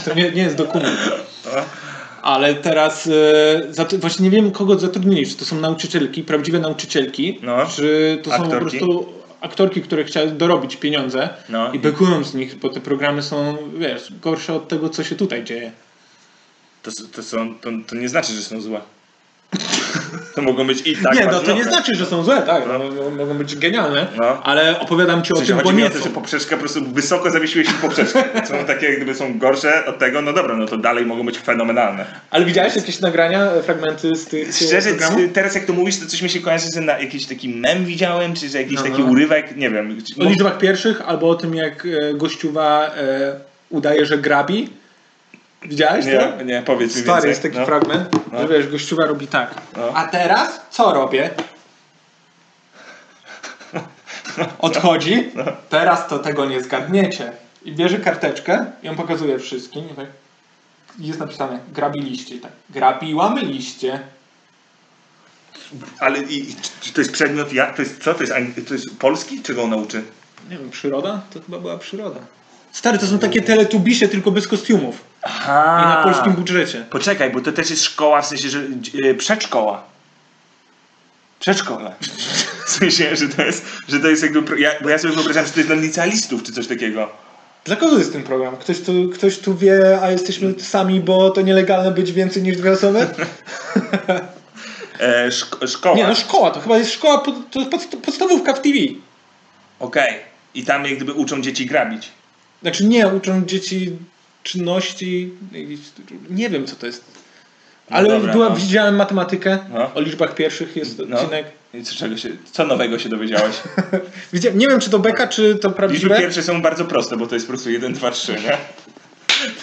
To nie, nie jest dokument. Ale teraz e, zatu- właśnie nie wiem, kogo zatrudnili. Czy to są nauczycielki, prawdziwe nauczycielki,
No.
czy to są po
Aktorki.
prostu aktorki, które chciały dorobić pieniądze
No.
i bekują z nich, bo te programy są, wiesz, gorsze od tego, co się tutaj dzieje.
To, s- to, są, to, to nie znaczy, że są złe. To mogą być i tak
nie, no to
bardzo
nie
dobre.
znaczy, że są złe, tak, no. mogą być genialne,
No.
ale opowiadam ci o
W sensie
tym, bo
chodzi mi
nie
o to, że
są.
poprzeczka po prostu wysoko zawiesiłeś się poprzeczkę. Są takie, jak gdyby są gorsze od tego, no dobra, no to dalej mogą być fenomenalne.
Ale widziałeś jakieś nagrania, e, fragmenty z tych
Szczerze,
programów?
c- teraz jak to mówisz, to coś mi się kojarzy, że na jakiś taki mem widziałem, czy że jakiś
No,
taki
no.
urywek, nie wiem. Czy-
O liczbach pierwszych albo o tym, jak e, gościuwa e, udaje, że grabi. Widziałeś to?
Nie, nie, powiedz mi
Stary
więcej.
jest taki
no.
fragment,
No.
że wiesz, gościuwa robi tak.
No.
A teraz co robię? Odchodzi.
No.
Teraz to tego nie zgadniecie. I bierze karteczkę i ją pokazuje wszystkim. I tak i jest napisane grabiliście. I tak. Grabiłam liście.
Ale i, i, czy- czy to jest przedmiot, ja, to jest co, to jest, ang- to jest polski? Czego on nauczy?
Nie wiem, przyroda? To chyba była przyroda. Stary, to są takie teletubisie, tylko bez kostiumów.
Aha.
I na polskim budżecie.
Poczekaj, bo to też jest szkoła, w sensie, że yy, przedszkoła. Przedszkole. W sensie, że to jest, że to jest jakby, pro- ja, bo ja sobie wyobrażam, że to jest dla licealistów czy coś takiego.
Dla kogo jest ten program? Ktoś tu, ktoś tu wie, a jesteśmy sami, bo to nielegalne być więcej niż dwie osoby?
E, szko- szkoła.
no Nie, no szkoła, to chyba jest szkoła, pod, to jest pod, podstawówka w TV.
Okej. I tam jak gdyby uczą dzieci grabić.
Znaczy nie, uczą dzieci czynności. Nie wiem co to jest.
No
Ale
dobra,
była,
no.
widziałem matematykę
No.
o liczbach pierwszych jest
No.
odcinek.
I Co, czego się, co nowego się dowiedziałeś?
Widziałem, nie wiem czy to beka, czy to
Liczby
prawdziwe.
pierwsze są bardzo proste, bo to jest po prostu 1, 2, 3, nie?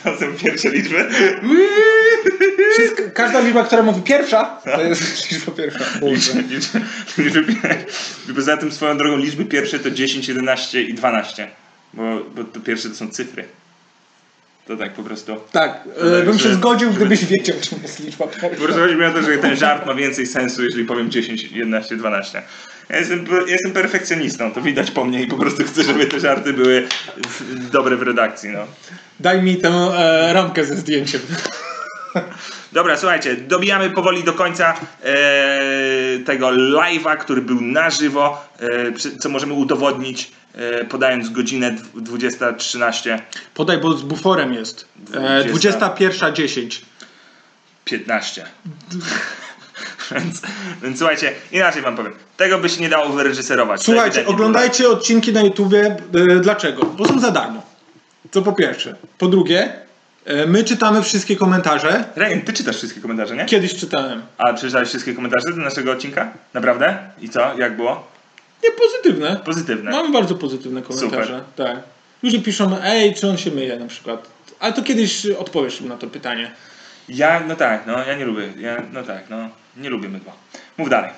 To są pierwsze liczby.
Wszystko, każda liczba, która mówi pierwsza, to jest Tak. liczba pierwsza. Boże.
Liczby, liczby, liczby, pier- poza tym swoją drogą liczby pierwsze to 10, 11 i 12. Bo, bo to pierwsze to są cyfry. To tak po prostu.
Tak, e, bym się zgodził, gdybyś wiedział czym jest liczba
Po prostu
pierwsza.
chodzi mi o to, że ten żart ma więcej sensu, jeżeli powiem 10, 11, 12. Ja jestem, jestem perfekcjonistą, to widać po mnie i po prostu chcę, żeby te żarty były w- dobre w redakcji. No.
Daj mi tę e, ramkę ze zdjęciem.
Dobra, słuchajcie, dobijamy powoli do końca e, tego live'a, który był na żywo, e, przy- co możemy udowodnić e, podając godzinę dw- 20.13,
Podaj, bo z buforem jest. E,
20.
21.10.
15. więc, więc słuchajcie, inaczej wam powiem, tego by się nie dało wyreżyserować. tak
Słuchajcie,
Ewidentnie.
oglądajcie odcinki na YouTubie. e, Dlaczego? Bo są za darmo. To po pierwsze. Po drugie, e, my czytamy wszystkie komentarze.
Ryan, ty czytasz wszystkie komentarze, nie?
Kiedyś czytałem.
A przeczytałeś wszystkie komentarze do naszego odcinka? Naprawdę? I co? Jak było?
Nie, pozytywne.
Pozytywne.
Mamy bardzo pozytywne komentarze. Tak. Ludzie piszą, ej, czy on się myje na przykład. Ale to kiedyś odpowiesz im na to pytanie.
Ja, no tak, no ja nie lubię, ja, no tak, no nie lubię mydła. Mów dalej.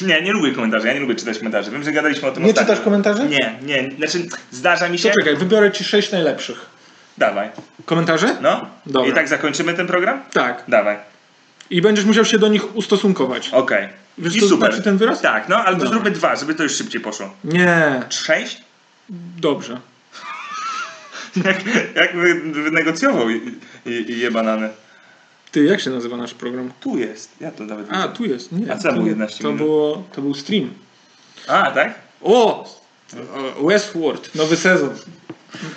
Nie, nie lubię komentarzy, ja nie lubię czytać komentarzy. Wiem, że gadaliśmy o tym
Nie
ostatnio.
czytasz komentarzy?
Nie, nie, znaczy zdarza mi się.
To czekaj, wybiorę ci sześć najlepszych.
Dawaj,
Komentarzy?
no.
Dobra.
I tak zakończymy ten program?
Tak.
Dawaj,
I będziesz musiał się do nich ustosunkować.
okej.
Wiesz,
I
co
super.
znaczy ten wyraz?
Tak, no albo
Dobra.
zróbmy dwa, żeby to już szybciej poszło.
Nie,
Sześć?
dobrze.
Jak, jak wy- wynegocjował i, i, i je banany?
Ty, jak się nazywa nasz program?
Tu jest, ja to nawet
A,
widzę.
tu jest. Nie,
A co
tu,
było 11
to,
minut?
było, to był stream.
A, tak?
O! Westworld, nowy sezon.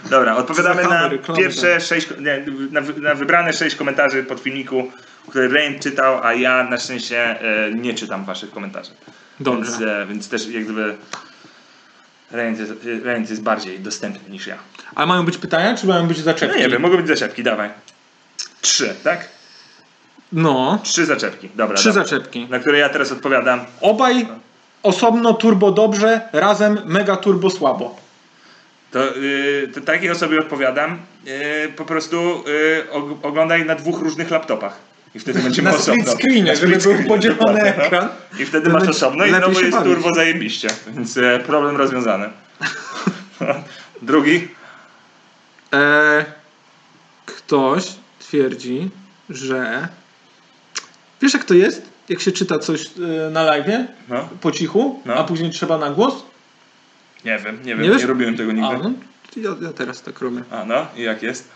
Dobra, odpowiadamy
Reklamy,
na
reklamy, tak.
pierwsze sześć, nie, na, wy- na wybrane sześć komentarzy pod filmiku, które Rain czytał, a ja na szczęście e, nie czytam waszych komentarzy. Więc, e, więc też jak gdyby Rain jest, Rain jest bardziej dostępny niż ja.
A mają być pytania, czy mają być
No
zaczepki?
nie wiem, mogą być zaczepki, dawaj. Trzy, tak?
No,
Trzy zaczepki, dobra.
trzy
dobra.
zaczepki.
Na które ja teraz odpowiadam.
Obaj osobno turbo dobrze, razem mega turbo słabo.
To, y, to takiej osobie odpowiadam. Y, po prostu y, og- oglądaj na dwóch różnych laptopach. I wtedy będziemy
Na
osobno.
split screenie,
Na
żeby
split
był
screenie,
podzielony
dokładnie, no.
ekran.
I wtedy
To
masz
będzie-
osobno i
lepiej
znowu
się
jest
bawić.
turbo zajebiście. Więc e, problem rozwiązany. Drugi.
E, ktoś twierdzi, że. Wiesz, jak to jest? Jak się czyta coś e, na live
No,
po cichu,
No.
a później trzeba na głos?
nie wiem, nie wiem,
Nie
nie,
wiesz?
robiłem tego
A,
nigdy.
no, ja, ja teraz tak robię.
A no, i jak jest?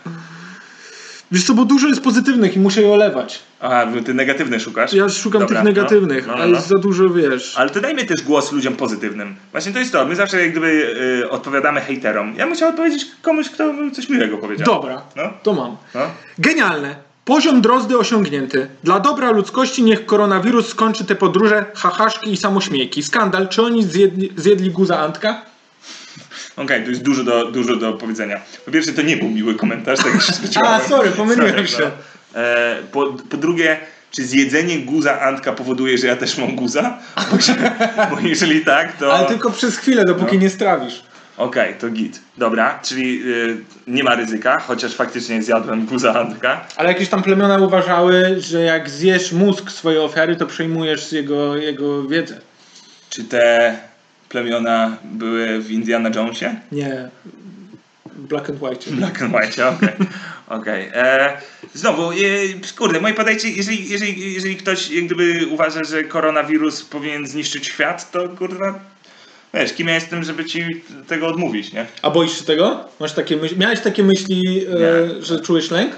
Wiesz co, bo dużo jest pozytywnych i muszę je olewać.
A, ty negatywny szukasz?
Ja szukam
Dobra,
tych
no,
negatywnych,
no, no,
a
no.
jest za dużo, wiesz.
Ale to dajmy też głos ludziom pozytywnym. Właśnie to jest to. My zawsze jak gdyby y, odpowiadamy hejterom. Ja musiałem odpowiedzieć komuś, kto by coś miłego powiedział.
Dobra,
No,
to mam.
no.
Genialne. Poziom drozdy osiągnięty. Dla dobra ludzkości niech koronawirus skończy te podróże, hahaszki i samośmiejki. Skandal, czy oni zjedli, zjedli guza Antka?
Okej, tu jest dużo do, dużo do powiedzenia. Po pierwsze, to nie był miły komentarz, tak się spodziewałem.
A, sorry, pomyliłem się.
No. E, po, po drugie, czy zjedzenie guza Antka powoduje, że ja też mam guza? Bo, się, bo jeżeli tak, to...
Ale tylko przez chwilę,
No.
dopóki nie strawisz.
Okej, to git. Dobra, czyli y, nie ma ryzyka, chociaż faktycznie zjadłem guza Antka.
Ale jakieś tam plemiona uważały, że jak zjesz mózg swojej ofiary, to przejmujesz jego, jego wiedzę.
Czy te plemiona były w Indiana Jonesie?
Nie. Black and white.
Black and white, okej. Okej. E, Znowu, e, kurde, moje podejście, jeżeli, jeżeli, jeżeli ktoś jak gdyby uważa, że koronawirus powinien zniszczyć świat, to kurwa, wiesz, kim ja jestem, żeby ci tego odmówić, nie?
A boisz się tego? Masz takie myśli? Miałeś takie myśli, e,
Nie.
że czułeś lęk?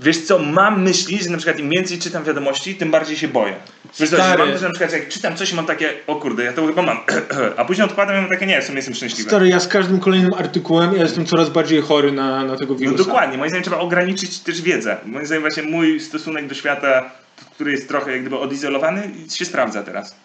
Wiesz co, mam myśli, że na przykład im więcej czytam wiadomości, tym bardziej się boję. Wiesz co, że
Stary.
mam też na przykład, jak czytam coś i mam takie, o kurde, ja to chyba mam, a później odkładam i mam takie, nie, w sumie jestem szczęśliwy.
Stary, ja z każdym kolejnym artykułem ja jestem coraz bardziej chory na, na tego
No
wirusa.
dokładnie, moim zdaniem trzeba ograniczyć też wiedzę. Moim zdaniem właśnie mój stosunek do świata, który jest trochę jak gdyby odizolowany, się sprawdza teraz.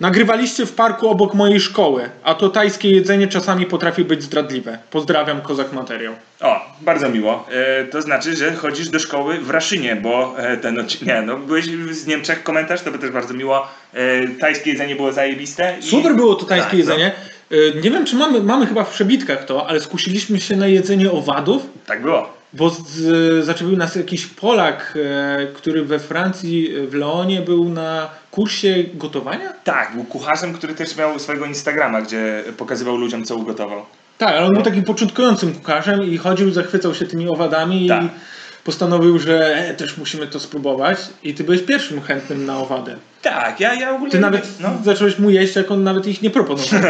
Nagrywaliście w parku obok mojej szkoły, a to tajskie jedzenie czasami potrafi być zdradliwe. Pozdrawiam, kozak materiał.
O, bardzo miło. E, to znaczy, że chodzisz do szkoły w Raszynie, bo e, ten odcinek, nie, no byłeś z Niemczech, komentarz, to by też bardzo miło. E, tajskie jedzenie było zajebiste. i-
Super było to tajskie
Tak, no.
jedzenie. Y, Nie wiem, czy mamy, mamy chyba w przebitkach to, ale skusiliśmy się na jedzenie owadów,
Tak było.
bo z, zaczepił nas jakiś Polak, e, który we Francji, e, w Leonie był na kursie gotowania?
Tak, był kucharzem, który też miał swojego Instagrama, gdzie pokazywał ludziom, co ugotował.
Tak, ale on
No.
był takim początkującym kucharzem i chodził, zachwycał się tymi owadami
Tak.
i postanowił, że e, też musimy to spróbować i ty byłeś pierwszym chętnym na owadę.
Tak, ja, ja ogólnie...
Ty nawet
No,
zacząłeś mu jeść, jak on nawet ich nie proponował.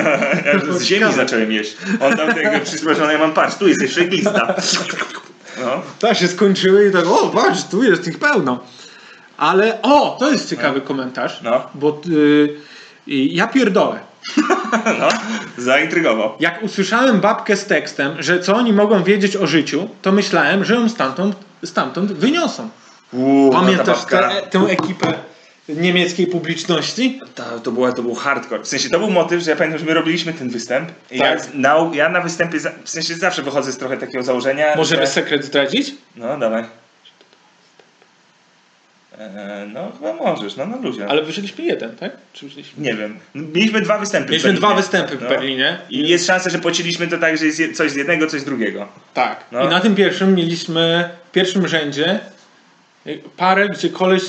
ja z ziemi zacząłem jeść. On tam tego przysmażony, ja mam patrz, tu jest jeszcze glista. No,
Tak się skończyły i tak, o patrz, tu jest ich pełno. Ale o, to jest ciekawy komentarz,
no,
bo y, i ja pierdolę.
no, zaintrygował.
Jak usłyszałem babkę z tekstem, że co oni mogą wiedzieć o życiu, to myślałem, że ją stamtąd, stamtąd wyniosą.
Uuu, no ta
Pamiętasz
babka-
tę- tę ekipę niemieckiej publiczności?
Ta, to, była, to był hardcore. W sensie to był motyw, że ja pamiętam, że my robiliśmy ten występ. I
Tak.
ja, z- na, ja na występie, za, w sensie zawsze wychodzę z trochę takiego założenia.
Możemy
że,
sekret zdradzić?
No, dawaj. E, no, chyba możesz, no, no ludzie.
Ale wyżyliśmy jeden, tak? Czy wyżyliśmy?
Nie wiem. Mieliśmy dwa występy.
Mieliśmy
w
dwa
Berlinie.
występy w
No.
Berlinie.
I jest szansa, że płaciliśmy to tak, że jest je- coś z jednego, coś z drugiego.
Tak.
No.
I na tym pierwszym mieliśmy w pierwszym rzędzie y, parę, gdzie koleś.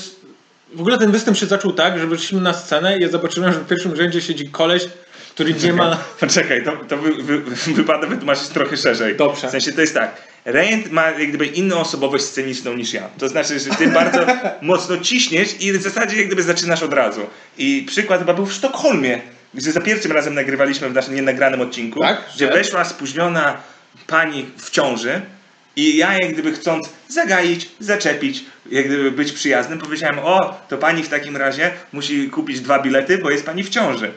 W ogóle ten występ się zaczął tak, że wyszliśmy na scenę i ja zobaczyłem, że w pierwszym rzędzie siedzi koleś, który nie ma.
Poczekaj, to, to wy, wy, wypada wytłumaczyć trochę szerzej.
Dobrze.
W sensie to jest tak. Rejent ma jak gdyby inną osobowość sceniczną niż ja. To znaczy, że ty bardzo mocno ciśniesz i w zasadzie jak gdyby zaczynasz od razu. I przykład chyba był w Sztokholmie, gdzie za pierwszym razem nagrywaliśmy w naszym nienagranym odcinku,
Tak,
gdzie
że?
weszła spóźniona pani w ciąży i ja jak gdyby chcąc zagaić, zaczepić, jak gdyby być przyjaznym, powiedziałem, o, to pani w takim razie musi kupić dwa bilety, bo jest pani w ciąży.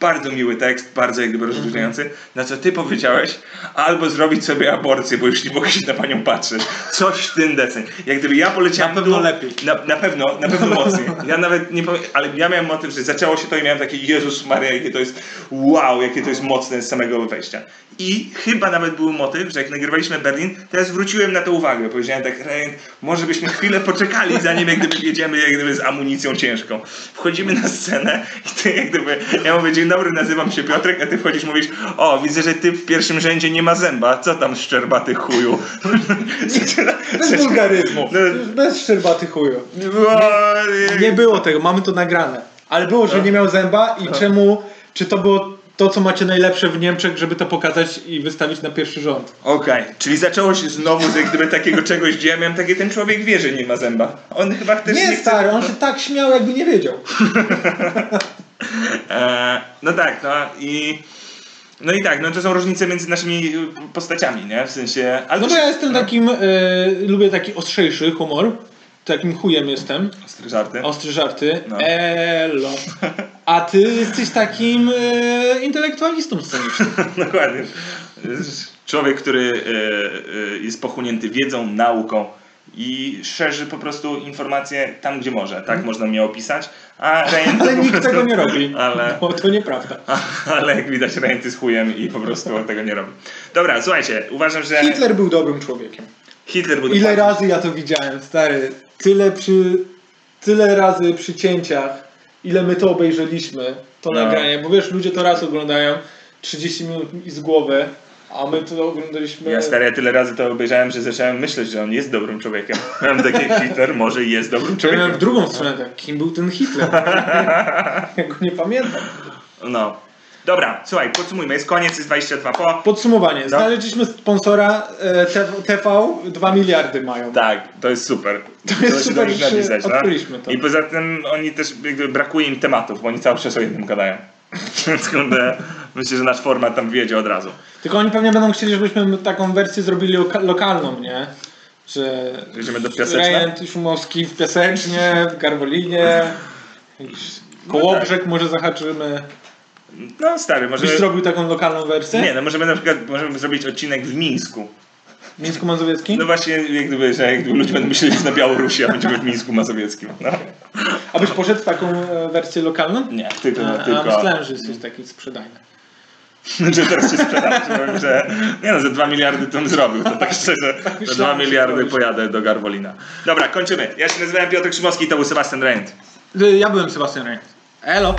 Bardzo miły tekst, bardzo jak gdyby
Mhm.
rozróżniający. Na co ty powiedziałeś, albo zrobić sobie aborcję, bo już nie mogę się na panią patrzeć. Coś w tym deseń. Jak gdyby ja poleciałem...
Na pewno
tu-
lepiej.
Na, na pewno, na pewno mocniej. Ja nawet nie powiem, ale ja miałem motyw, że zaczęło się to i miałem takie Jezus Maria, jakie to jest wow, jakie to jest mocne z samego wejścia. I chyba nawet był motyw, że jak nagrywaliśmy Berlin, teraz zwróciłem na to uwagę. Powiedziałem tak, Ryan, może byśmy chwilę poczekali, zanim jak gdyby jedziemy jak gdyby z amunicją ciężką. Wchodzimy na scenę i ty jak gdyby, ja mówię, dzień dobry, nazywam się Piotrek, a ty wchodzisz, mówisz, o, widzę, że ty w pierwszym rzędzie nie ma zęba, co tam szczerbaty chuju.
Bez wulgaryzmu.
No.
Bez szczerbaty chuju.
Wow,
Nie było tego, mamy to nagrane. Ale było, że nie miał zęba i czemu. Czy to było to, co macie najlepsze w Niemczech, żeby to pokazać i wystawić na pierwszy rząd?
Okej, czyli zaczęło się znowu z jak gdyby takiego czegoś, gdzie ja miałem takie, ten człowiek wie, że nie ma zęba. On chyba też nie,
Nie,
chce...
stary, on się tak śmiał, jakby nie wiedział.
E, no tak, no i... No i tak, no to są różnice między naszymi y, postaciami, nie? W sensie... Ale
No
to
bo
się-
ja jestem takim, e, lubię taki ostrzejszy humor. Takim chujem jestem.
Ostre żarty.
Ostre żarty.
No.
Elo. A ty jesteś takim e, intelektualistą scenicznym.
Dokładnie. Człowiek, który e, e, jest pochłonięty wiedzą, nauką i szerzy po prostu informacje tam, gdzie może. Tak można mnie opisać. A Ryan to po
Mhm. Ale nikt
prostu-
tego nie robi.
Ale...
Bo to nieprawda.
Ale jak widać, Rejent jest chujem i po prostu on tego nie robi. Dobra, słuchajcie, uważam, że
Hitler był dobrym człowiekiem.
Hitler był
Ile razy ja to widziałem, stary. Tyle przy... Tyle razy przy cięciach, ile my to obejrzeliśmy, to
No.
nagranie. Bo wiesz, ludzie to raz oglądają 30 minut i z głowy, a my to oglądaliśmy...
Ja stary, ja tyle razy to obejrzałem, że zacząłem myśleć, że on jest dobrym człowiekiem. Miałem takie, Hitler może jest dobrym
Ja miałem w
człowiekiem.
drugą stronę, tak, kim był ten Hitler? ja go nie pamiętam.
No. Dobra, słuchaj, podsumujmy, jest koniec, jest 22 po.
Podsumowanie.
No.
Znaleźliśmy sponsora e, TV, TV, 2 miliardy mają.
Tak, to jest super. To
jest
się
super,
do nich
że
napisać, no.
odkryliśmy to.
I poza tym oni też, jakby brakuje im tematów, bo oni cały czas o jednym gadają. Więc kurde, myślę, że nasz format tam wiedzie od razu.
Tylko oni pewnie będą chcieli, żebyśmy taką wersję zrobili loka- lokalną, nie? Że
Jedziemy do Piaseczna?
Rejent Szumowski w Piasecznie, w Garwolinie, jakiś Kołobrzeg może zahaczymy.
No stary, może...
Byś zrobił taką lokalną wersję?
Nie, no możemy na przykład możemy zrobić odcinek w Mińsku.
Mińsko Mazowiecki?
No właśnie, jak gdyby, że jak gdyby ludzie będą myśleli, że jest na Białorusi, a będziemy w Mińsku Mazowieckim. No.
A byś poszedł w taką e, wersję lokalną?
Nie, tylko,
A, a
tylko.
myślałem, że jesteś taki sprzedajny.
Że teraz się sprzedam, że powiem, że nie no, ze 2 miliardy to bym zrobił, to tak szczerze, za 2
myślałem, że
miliardy
powiesz.
pojadę do Garwolina. Dobra, kończymy. Ja się nazywałem Piotr Krzymowski i to był Sebastian Rejent.
Ja byłem Sebastian Rejent. Elo.